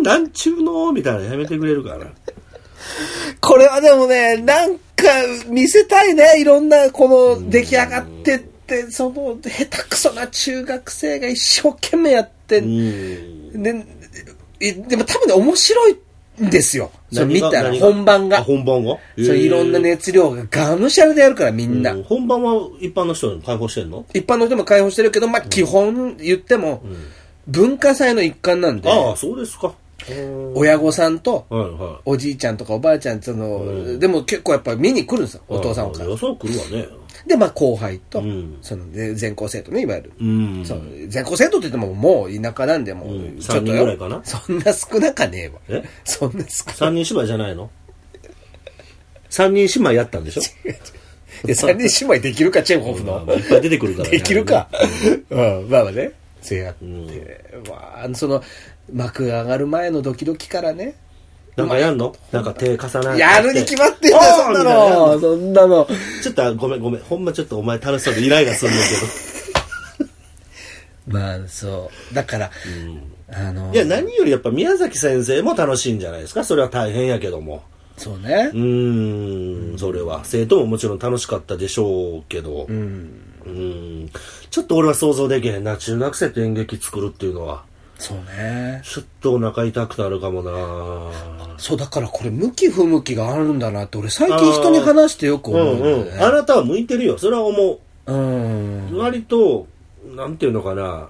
[SPEAKER 1] んなんちゅうのみたいなのやめてくれるかな
[SPEAKER 2] これはでもね、なんか見せたいね、いろんな、この出来上がってっって、その、下手くそな中学生が一生懸命やって、
[SPEAKER 1] うん。
[SPEAKER 2] で、えでも多分ね、面白いんですよ。その見
[SPEAKER 1] 何が
[SPEAKER 2] たら、
[SPEAKER 1] 何が
[SPEAKER 2] 本番
[SPEAKER 1] あ
[SPEAKER 2] が。
[SPEAKER 1] 本番が
[SPEAKER 2] そういろんな。熱量ががむしゃらでやるから、みん
[SPEAKER 1] へ
[SPEAKER 2] な。
[SPEAKER 1] ーうん本番は一般の人に開放してんの
[SPEAKER 2] 一般の人も解放してるけど、まあ、基本言っても、文化祭の一環なんで、
[SPEAKER 1] ああ、そうですか。うん
[SPEAKER 2] 親御さんと、
[SPEAKER 1] はいは
[SPEAKER 2] おじいちゃんとかおばあちゃん、その、でも結構やっぱ見に来るんですよ、
[SPEAKER 1] い。
[SPEAKER 2] お父さんお母さん
[SPEAKER 1] ああ。予想来るわね。
[SPEAKER 2] で、まあ、後輩と、
[SPEAKER 1] うん
[SPEAKER 2] その、で全校生徒ね、いわゆる。
[SPEAKER 1] うん。
[SPEAKER 2] そう、全校生徒って言っても、もう田舎なんで、も
[SPEAKER 1] う、
[SPEAKER 2] うんちょっ
[SPEAKER 1] 三
[SPEAKER 2] と
[SPEAKER 1] 人ぐらいかな
[SPEAKER 2] そんな少なかねえわ。
[SPEAKER 1] え
[SPEAKER 2] そんな少な
[SPEAKER 1] 三人芝居じゃないの三人芝居やったんでしょ
[SPEAKER 2] いや、三人姉妹できるか、チェンホ フ
[SPEAKER 1] まあ
[SPEAKER 2] の
[SPEAKER 1] ま。あいっぱい出てくるからね
[SPEAKER 2] できるか。うん、まあまあね。そうやって、
[SPEAKER 1] ん
[SPEAKER 2] まあ、その、幕が上がる前のドキドキからね。
[SPEAKER 1] なんかやんのなんか手重な
[SPEAKER 2] やるに決まってんだよ、
[SPEAKER 1] おー
[SPEAKER 2] そん
[SPEAKER 1] みた
[SPEAKER 2] な
[SPEAKER 1] いな
[SPEAKER 2] の。そんなの。
[SPEAKER 1] ちょっとあごめんごめん。ほんまちょっとお前楽しそうでイライラするんだ
[SPEAKER 2] まあ、そう。だから、あの、
[SPEAKER 1] けど。いや、何よりやっぱ宮崎先生も楽しいんじゃないですかそれは大変やけども。
[SPEAKER 2] そうね
[SPEAKER 1] う。ーん、それは。生徒ももちろん楽しかったでしょうけど。う。
[SPEAKER 2] うんん。
[SPEAKER 1] ちょっと俺は想像できへんな。中学生と演劇作るっていうのは。
[SPEAKER 2] そうね。
[SPEAKER 1] ちょっとお腹痛くなるかもな
[SPEAKER 2] そう、だからこれ、向き不向きがあるんだなって、俺最近人に話してよく
[SPEAKER 1] う
[SPEAKER 2] 思うん
[SPEAKER 1] ん
[SPEAKER 2] だよ
[SPEAKER 1] うん。あ
[SPEAKER 2] ね。
[SPEAKER 1] なたは向いてるよ。それは思う。
[SPEAKER 2] うん。うん
[SPEAKER 1] 割と、なんていうのかな。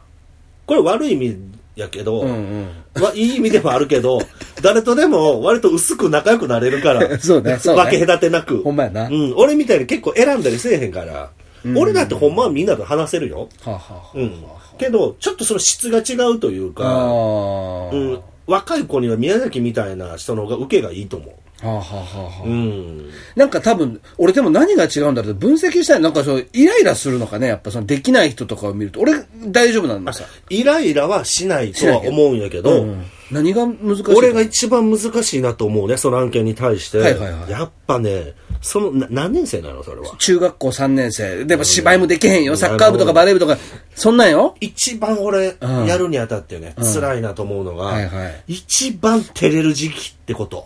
[SPEAKER 1] これ悪い意味やけど、
[SPEAKER 2] うん。
[SPEAKER 1] まあ、いい意味でもあるけ ど、誰とでも割と薄く仲良くなれるから。
[SPEAKER 2] そうねそうね
[SPEAKER 1] 分け隔てなく。
[SPEAKER 2] ほんまやな
[SPEAKER 1] うん。俺みたいに結構選んだりせえへんから。俺だってほんまはみんなと話せるよ。
[SPEAKER 2] はあ、はあ
[SPEAKER 1] う
[SPEAKER 2] は
[SPEAKER 1] ん。けど、ちょっとその質が違うという
[SPEAKER 2] あ、あ
[SPEAKER 1] か、
[SPEAKER 2] あ。
[SPEAKER 1] うん。若い子には宮崎みたいな人の方が受けがいいと思
[SPEAKER 2] はあはあはあは
[SPEAKER 1] う。うん。
[SPEAKER 2] あ、なんか多分、俺でも何が違うんだろうって分析したい。なんかそう、イライラするのかね、やっぱそのできない人とかを見ると。俺、大丈夫なのさ。
[SPEAKER 1] イライラはしないとは思うんやけど、
[SPEAKER 2] うん何が難しいの
[SPEAKER 1] 俺が一番難しいなと思うね、その案件に対して。
[SPEAKER 2] はいはいはい
[SPEAKER 1] やっぱね、その、な何年生なのそれは。
[SPEAKER 2] 中学校3年生。でも芝居もできへんよ。サッカー部とかバレー部とか、そんなんよ。
[SPEAKER 1] 一番俺、
[SPEAKER 2] うん
[SPEAKER 1] やるにあたってね、辛いなと思うのが、
[SPEAKER 2] はいはい
[SPEAKER 1] 一番照れる時期ってこと。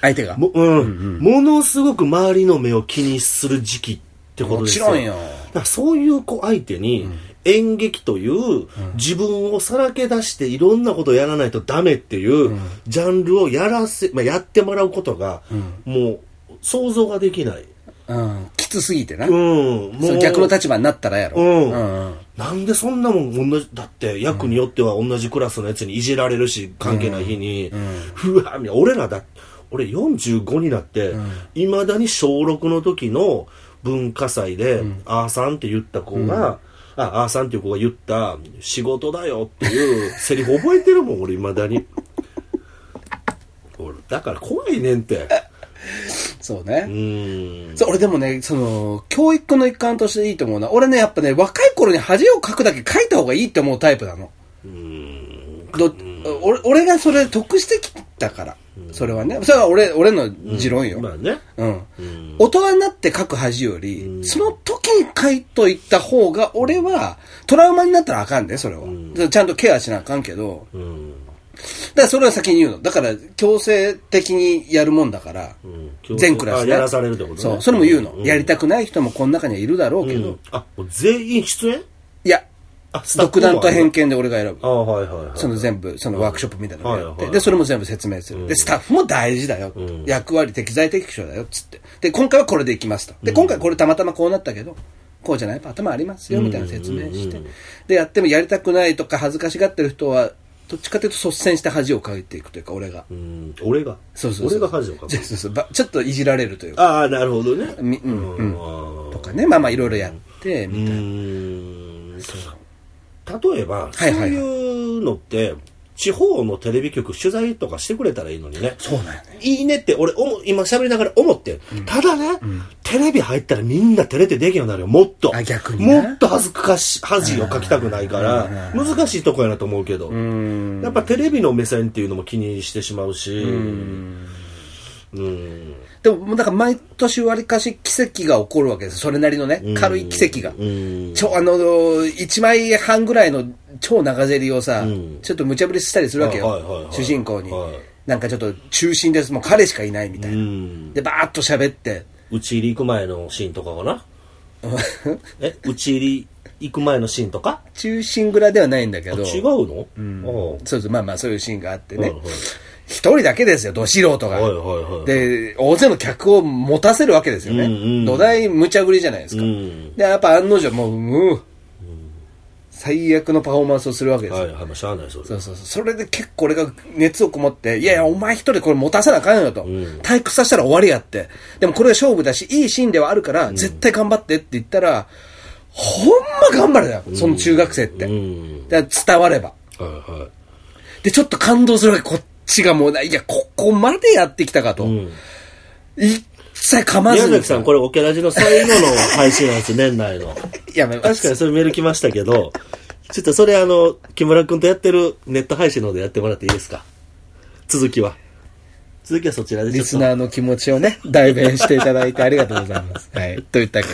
[SPEAKER 2] 相手が。
[SPEAKER 1] も、うん、ものすごく周りの目を気にする時期ってことですよ。
[SPEAKER 2] もちろんよ
[SPEAKER 1] だからそういう子相手に、演劇という、自分をさらけ出していろんなことをやらないとダメっていう、ジャンルをやらせ、まあ、やってもらうことが、もう、想像ができない。
[SPEAKER 2] うん。きつすぎて
[SPEAKER 1] う
[SPEAKER 2] な。
[SPEAKER 1] ん、
[SPEAKER 2] そ
[SPEAKER 1] も
[SPEAKER 2] の
[SPEAKER 1] う。
[SPEAKER 2] 逆の立場になったらやろ。
[SPEAKER 1] うん
[SPEAKER 2] うんうん
[SPEAKER 1] なんでそんなもん同じ、だって役によっては同じクラスのやつにいじられるし、関係ない日に、ふわ、俺らだ、俺45になって、いまだに小6の時の文化祭で、あーさんって言った子が、あ、あーさんっていう子が言った、仕事だよっていうセリフ覚えてるもん、俺いまだに。 俺、だから怖いねんって。
[SPEAKER 2] そうね。
[SPEAKER 1] うーん。
[SPEAKER 2] そう、俺でもね、その、教育の一環としていいと思うな。俺ね、やっぱね、若い頃に恥をかくだけ書いた方がいいって思うタイプなの。ど俺俺がそれ得してきたから。それはね。それは俺、俺の持論よ。
[SPEAKER 1] まあね。
[SPEAKER 2] うん。大人になって書く恥より、その時に書いといた方が、俺は、トラウマになったらあかんで、それは。ちゃんとケアしなあかんけど、
[SPEAKER 1] うん。
[SPEAKER 2] だからそれは先に言うの。だから、強制的にやるもんだから、
[SPEAKER 1] うん
[SPEAKER 2] 全クラス、ね、
[SPEAKER 1] あやらされるってことね
[SPEAKER 2] そう、それも言うの。
[SPEAKER 1] うん
[SPEAKER 2] やりたくない人もこの中にはいるだろうけど、
[SPEAKER 1] うんあ、もう全員出演
[SPEAKER 2] いや、
[SPEAKER 1] あ、スタッフ
[SPEAKER 2] 独断と偏
[SPEAKER 1] も
[SPEAKER 2] 見で俺が選ぶ
[SPEAKER 1] あ。る。あはいはいはい。
[SPEAKER 2] その全部、そのワークショップみたいなのをや
[SPEAKER 1] はいは
[SPEAKER 2] っ
[SPEAKER 1] い
[SPEAKER 2] て、
[SPEAKER 1] はい
[SPEAKER 2] で、それも全部説明する。で、スタッフも大事だよ。
[SPEAKER 1] ん
[SPEAKER 2] 役割、適材適所だよ、つって。で、今回はこれでいきますと。で、今回これたまたまこうなったけど、こうじゃないパターンもありますよ、みたいな説明して。で、やってもやりたくないとか恥ずかしがってる人は、どっちかというと率先して恥をかいていくというか、俺が。
[SPEAKER 1] うん、俺が。
[SPEAKER 2] そうそうそ
[SPEAKER 1] 俺
[SPEAKER 2] う
[SPEAKER 1] が恥をかく
[SPEAKER 2] そう。そうそうばちょっといじられるというか、
[SPEAKER 1] ああ、なるほどね。
[SPEAKER 2] みうん
[SPEAKER 1] う
[SPEAKER 2] うん
[SPEAKER 1] ん。
[SPEAKER 2] とかね、まあまあいろいろやって、
[SPEAKER 1] う
[SPEAKER 2] み
[SPEAKER 1] ん。
[SPEAKER 2] たいな。
[SPEAKER 1] 例えば、そう
[SPEAKER 2] いはいはい
[SPEAKER 1] いうのって、地方のテレビ局取材とかしてくれたらいいのにね。
[SPEAKER 2] そうなんよね。
[SPEAKER 1] いいねって俺思う今喋りながら思ってる、ただね、テレビ入ったらみんな照れてできるようになるよもっと
[SPEAKER 2] あ逆に
[SPEAKER 1] も
[SPEAKER 2] な
[SPEAKER 1] っと恥ずかし恥をかきたくないから難しいとこやなと思うけど
[SPEAKER 2] ん
[SPEAKER 1] やっぱテレビの目線っていうのも気にしてしまうしうん
[SPEAKER 2] でも、なんか毎年わりかし奇跡が起こるわけです。それなりのね、軽い奇跡が。
[SPEAKER 1] うん
[SPEAKER 2] ちょ、あの、1枚半ぐらいの超長ゼリをさ、
[SPEAKER 1] ん
[SPEAKER 2] ちょっと無茶ぶりしたりするわけ
[SPEAKER 1] はいはいはい
[SPEAKER 2] よ
[SPEAKER 1] は。い
[SPEAKER 2] 主人公に
[SPEAKER 1] はい。
[SPEAKER 2] なんかちょっと中心です。もう彼しかいないみた
[SPEAKER 1] う
[SPEAKER 2] いな。
[SPEAKER 1] ん
[SPEAKER 2] で、バーッと喋って、
[SPEAKER 1] うち入り行く前のシーンとかかなえ、打ち入り行く前のシーンとか
[SPEAKER 2] 中心蔵ではないんだけ
[SPEAKER 1] あ
[SPEAKER 2] ど。
[SPEAKER 1] 違うの
[SPEAKER 2] うん
[SPEAKER 1] おう
[SPEAKER 2] そうそう、まあまあそういうシーンがあって
[SPEAKER 1] は
[SPEAKER 2] ね
[SPEAKER 1] いはい。
[SPEAKER 2] 一人だけですよ、ど素人が
[SPEAKER 1] はいはいはい。、
[SPEAKER 2] で、大勢の客を持たせるわけですよ
[SPEAKER 1] うんう
[SPEAKER 2] ね。
[SPEAKER 1] ん
[SPEAKER 2] 土台無茶ぶりじゃないです
[SPEAKER 1] う
[SPEAKER 2] か。
[SPEAKER 1] ん。
[SPEAKER 2] で、やっぱ案の定もう、うう最悪のパフォーマンスをするわけです
[SPEAKER 1] はい
[SPEAKER 2] よ。
[SPEAKER 1] はい、まあ、しゃあない、それ。
[SPEAKER 2] そうそうそう。それで結構俺が熱をこもって、いやいや、お前一人でこれ持たせなあかんよと。
[SPEAKER 1] ん
[SPEAKER 2] 退屈させたら終わりやって。でもこれが勝負だし、いいシーンではあるから、絶対頑張ってって言ったら、ほんま頑張れだよ。その中学生って。
[SPEAKER 1] うん。
[SPEAKER 2] だから伝われば。
[SPEAKER 1] はいはい。
[SPEAKER 2] で、ちょっと感動するわけ、こっちがもうな、いや、ここまでやってきたかと。
[SPEAKER 1] ん
[SPEAKER 2] 一切噛まず
[SPEAKER 1] 宮
[SPEAKER 2] に。
[SPEAKER 1] 崎さん、これオケラジの最後の配信 なんですよ、年 内の。
[SPEAKER 2] いや、まあ
[SPEAKER 1] 確かにそれメール来ましたけど、ちょっとそれあの、木村くんとやってるネット配信の方でやってもらっていいですか続きは。続きはそちらでちょ
[SPEAKER 2] リ
[SPEAKER 1] っ
[SPEAKER 2] ス
[SPEAKER 1] と。
[SPEAKER 2] ナーの気持ちをね、代弁していただいてありがとうございます。 はい。といったわけ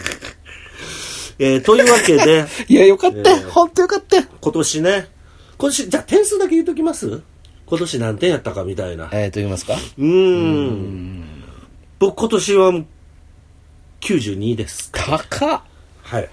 [SPEAKER 1] えーというわけ で、
[SPEAKER 2] で。いや、よかったよ。ほんとよかったよ。
[SPEAKER 1] 今年ね、今年、じゃあ点数だけ言っときます今年何点やったかみたいな。
[SPEAKER 2] えー、と言いますか
[SPEAKER 1] うーん。僕今年は92です。
[SPEAKER 2] 高っ
[SPEAKER 1] はい。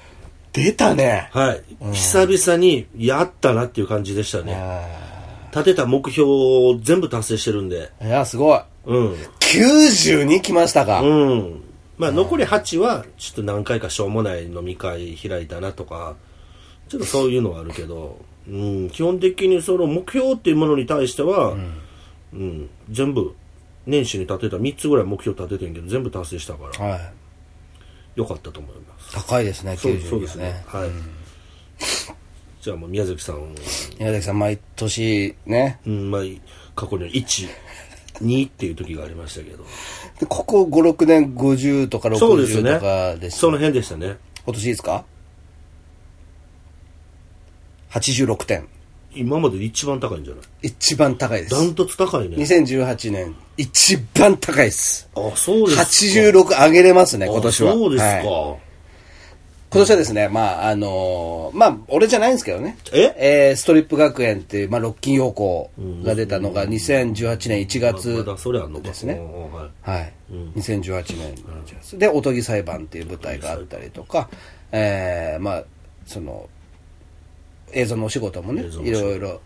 [SPEAKER 2] 出たね。
[SPEAKER 1] はい。久々にやったなっていう感じでしたね。
[SPEAKER 2] あ
[SPEAKER 1] 立てた目標を全部達成してるんで。
[SPEAKER 2] ーいや、すごい。
[SPEAKER 1] うん。
[SPEAKER 2] 92来ましたか。
[SPEAKER 1] うん。まあ、残り8は、ちょっと何回かしょうもない飲み会開いたなとか、ちょっとそういうのはあるけど、うん、基本的にその目標っていうものに対しては、うん、全部、年始に立てた3つぐらい目標立ててんけど、全部達成したから、
[SPEAKER 2] はい。
[SPEAKER 1] よかったと思います。
[SPEAKER 2] 高いですね、
[SPEAKER 1] そうそう
[SPEAKER 2] 92
[SPEAKER 1] で
[SPEAKER 2] は
[SPEAKER 1] す
[SPEAKER 2] ね
[SPEAKER 1] ね。。はい。じゃあもう宮崎さん、
[SPEAKER 2] 宮崎さん、毎年ね、
[SPEAKER 1] うん、まあ、過去に1、2っていう時がありましたけど、
[SPEAKER 2] でここ5、6年50とか
[SPEAKER 1] そうですね
[SPEAKER 2] 60とかです。
[SPEAKER 1] その辺でしたね。
[SPEAKER 2] 今年ですか ?86 点。
[SPEAKER 1] 今までで一番高いんじゃない
[SPEAKER 2] 一番高いです。
[SPEAKER 1] ダントツ高いね。
[SPEAKER 2] 2018年、一番高いです。
[SPEAKER 1] あ、そうですか。
[SPEAKER 2] 86上げれますね、今年は。
[SPEAKER 1] あそうですか。
[SPEAKER 2] はい今年はですね、まあ、あのーまあ、俺じゃないんですけどね。
[SPEAKER 1] え
[SPEAKER 2] えーストリップ学園っていう、まあ、ロッキン陽光が出たのが2018年1
[SPEAKER 1] ま
[SPEAKER 2] 月
[SPEAKER 1] だそれあんのか。
[SPEAKER 2] ですね
[SPEAKER 1] うんうんはい
[SPEAKER 2] はい、2018年の1月で「おとぎ裁判」っていう舞台があったりとか、えーまあその映像のお仕事もね
[SPEAKER 1] 映像の
[SPEAKER 2] い
[SPEAKER 1] お仕事
[SPEAKER 2] ろいろ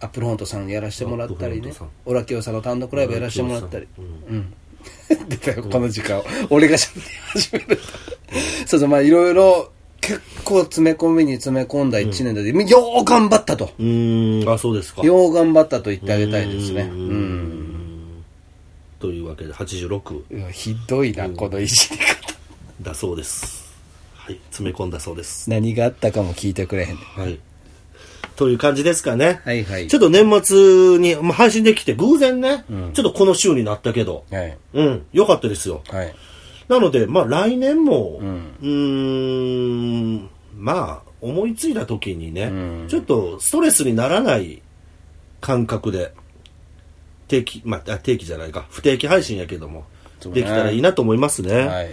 [SPEAKER 2] アップルフォントさんやらせてもらったり
[SPEAKER 1] アップルフォ
[SPEAKER 2] ね
[SPEAKER 1] ントさん
[SPEAKER 2] オラキオさんの単独ライブやらせてもらったり
[SPEAKER 1] う
[SPEAKER 2] うん、 出たよこの時間を俺が喋り始めるそうそうまあいろいろ結構詰め込みに詰め込んだ1年だで、よう頑張ったと
[SPEAKER 1] うーん、あ、そうですか。
[SPEAKER 2] よう頑張ったと言ってあげたいですね
[SPEAKER 1] うーんというわけで、86
[SPEAKER 2] うんいやひどいなこのいじり方
[SPEAKER 1] だそうです。はい。詰め込んだそうです。
[SPEAKER 2] 何があったかも聞いてくれへんね
[SPEAKER 1] はい。という感じですかね。
[SPEAKER 2] はいはい
[SPEAKER 1] ちょっと年末に、まあ、配信できて偶然ね、ちょっとこの週になったけど、
[SPEAKER 2] はい
[SPEAKER 1] うん、良かったですよ。
[SPEAKER 2] はい
[SPEAKER 1] なので、まあ来年も、うんーん、まあ思いついた時にね、
[SPEAKER 2] ん
[SPEAKER 1] ちょっとストレスにならない感覚で、定期、まああ定期じゃないか、不定期配信やけども、
[SPEAKER 2] そうね
[SPEAKER 1] できたらいいなと思いますね。
[SPEAKER 2] はい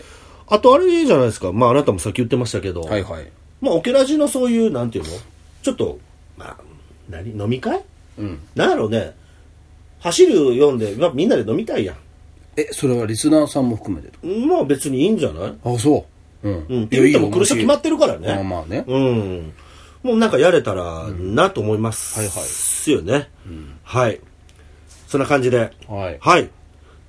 [SPEAKER 1] あとあれじゃないですか、まああなたもさっき言ってましたけど、
[SPEAKER 2] はいはい
[SPEAKER 1] まあオケラジのそういう、なんていうのちょっと、まあ、何飲み会
[SPEAKER 2] うん
[SPEAKER 1] なんやろうね、走る読んで、まあ、みんなで飲みたいや
[SPEAKER 2] えそれはリスナーさんも含めて
[SPEAKER 1] ん。まあ別にいいんじゃない
[SPEAKER 2] あそううん
[SPEAKER 1] うん、って言っても来る人決まってるからね。
[SPEAKER 2] まあまあね
[SPEAKER 1] うん。もうなんかやれたらなと思います。
[SPEAKER 2] はいはい
[SPEAKER 1] すよね、はい。そんな感じで。
[SPEAKER 2] はい
[SPEAKER 1] はい。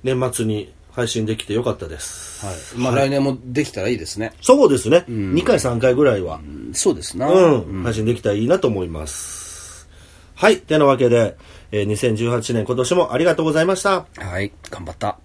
[SPEAKER 1] 年末に配信できてよかったです。
[SPEAKER 2] はいまあ来年もできたらいいですね
[SPEAKER 1] そうですね。2回3回ぐらいは、
[SPEAKER 2] そうですな
[SPEAKER 1] うん、配信できたらいいなと思います。はい。てなわけで、えー2018年今年もありがとうございました。
[SPEAKER 2] はい頑張った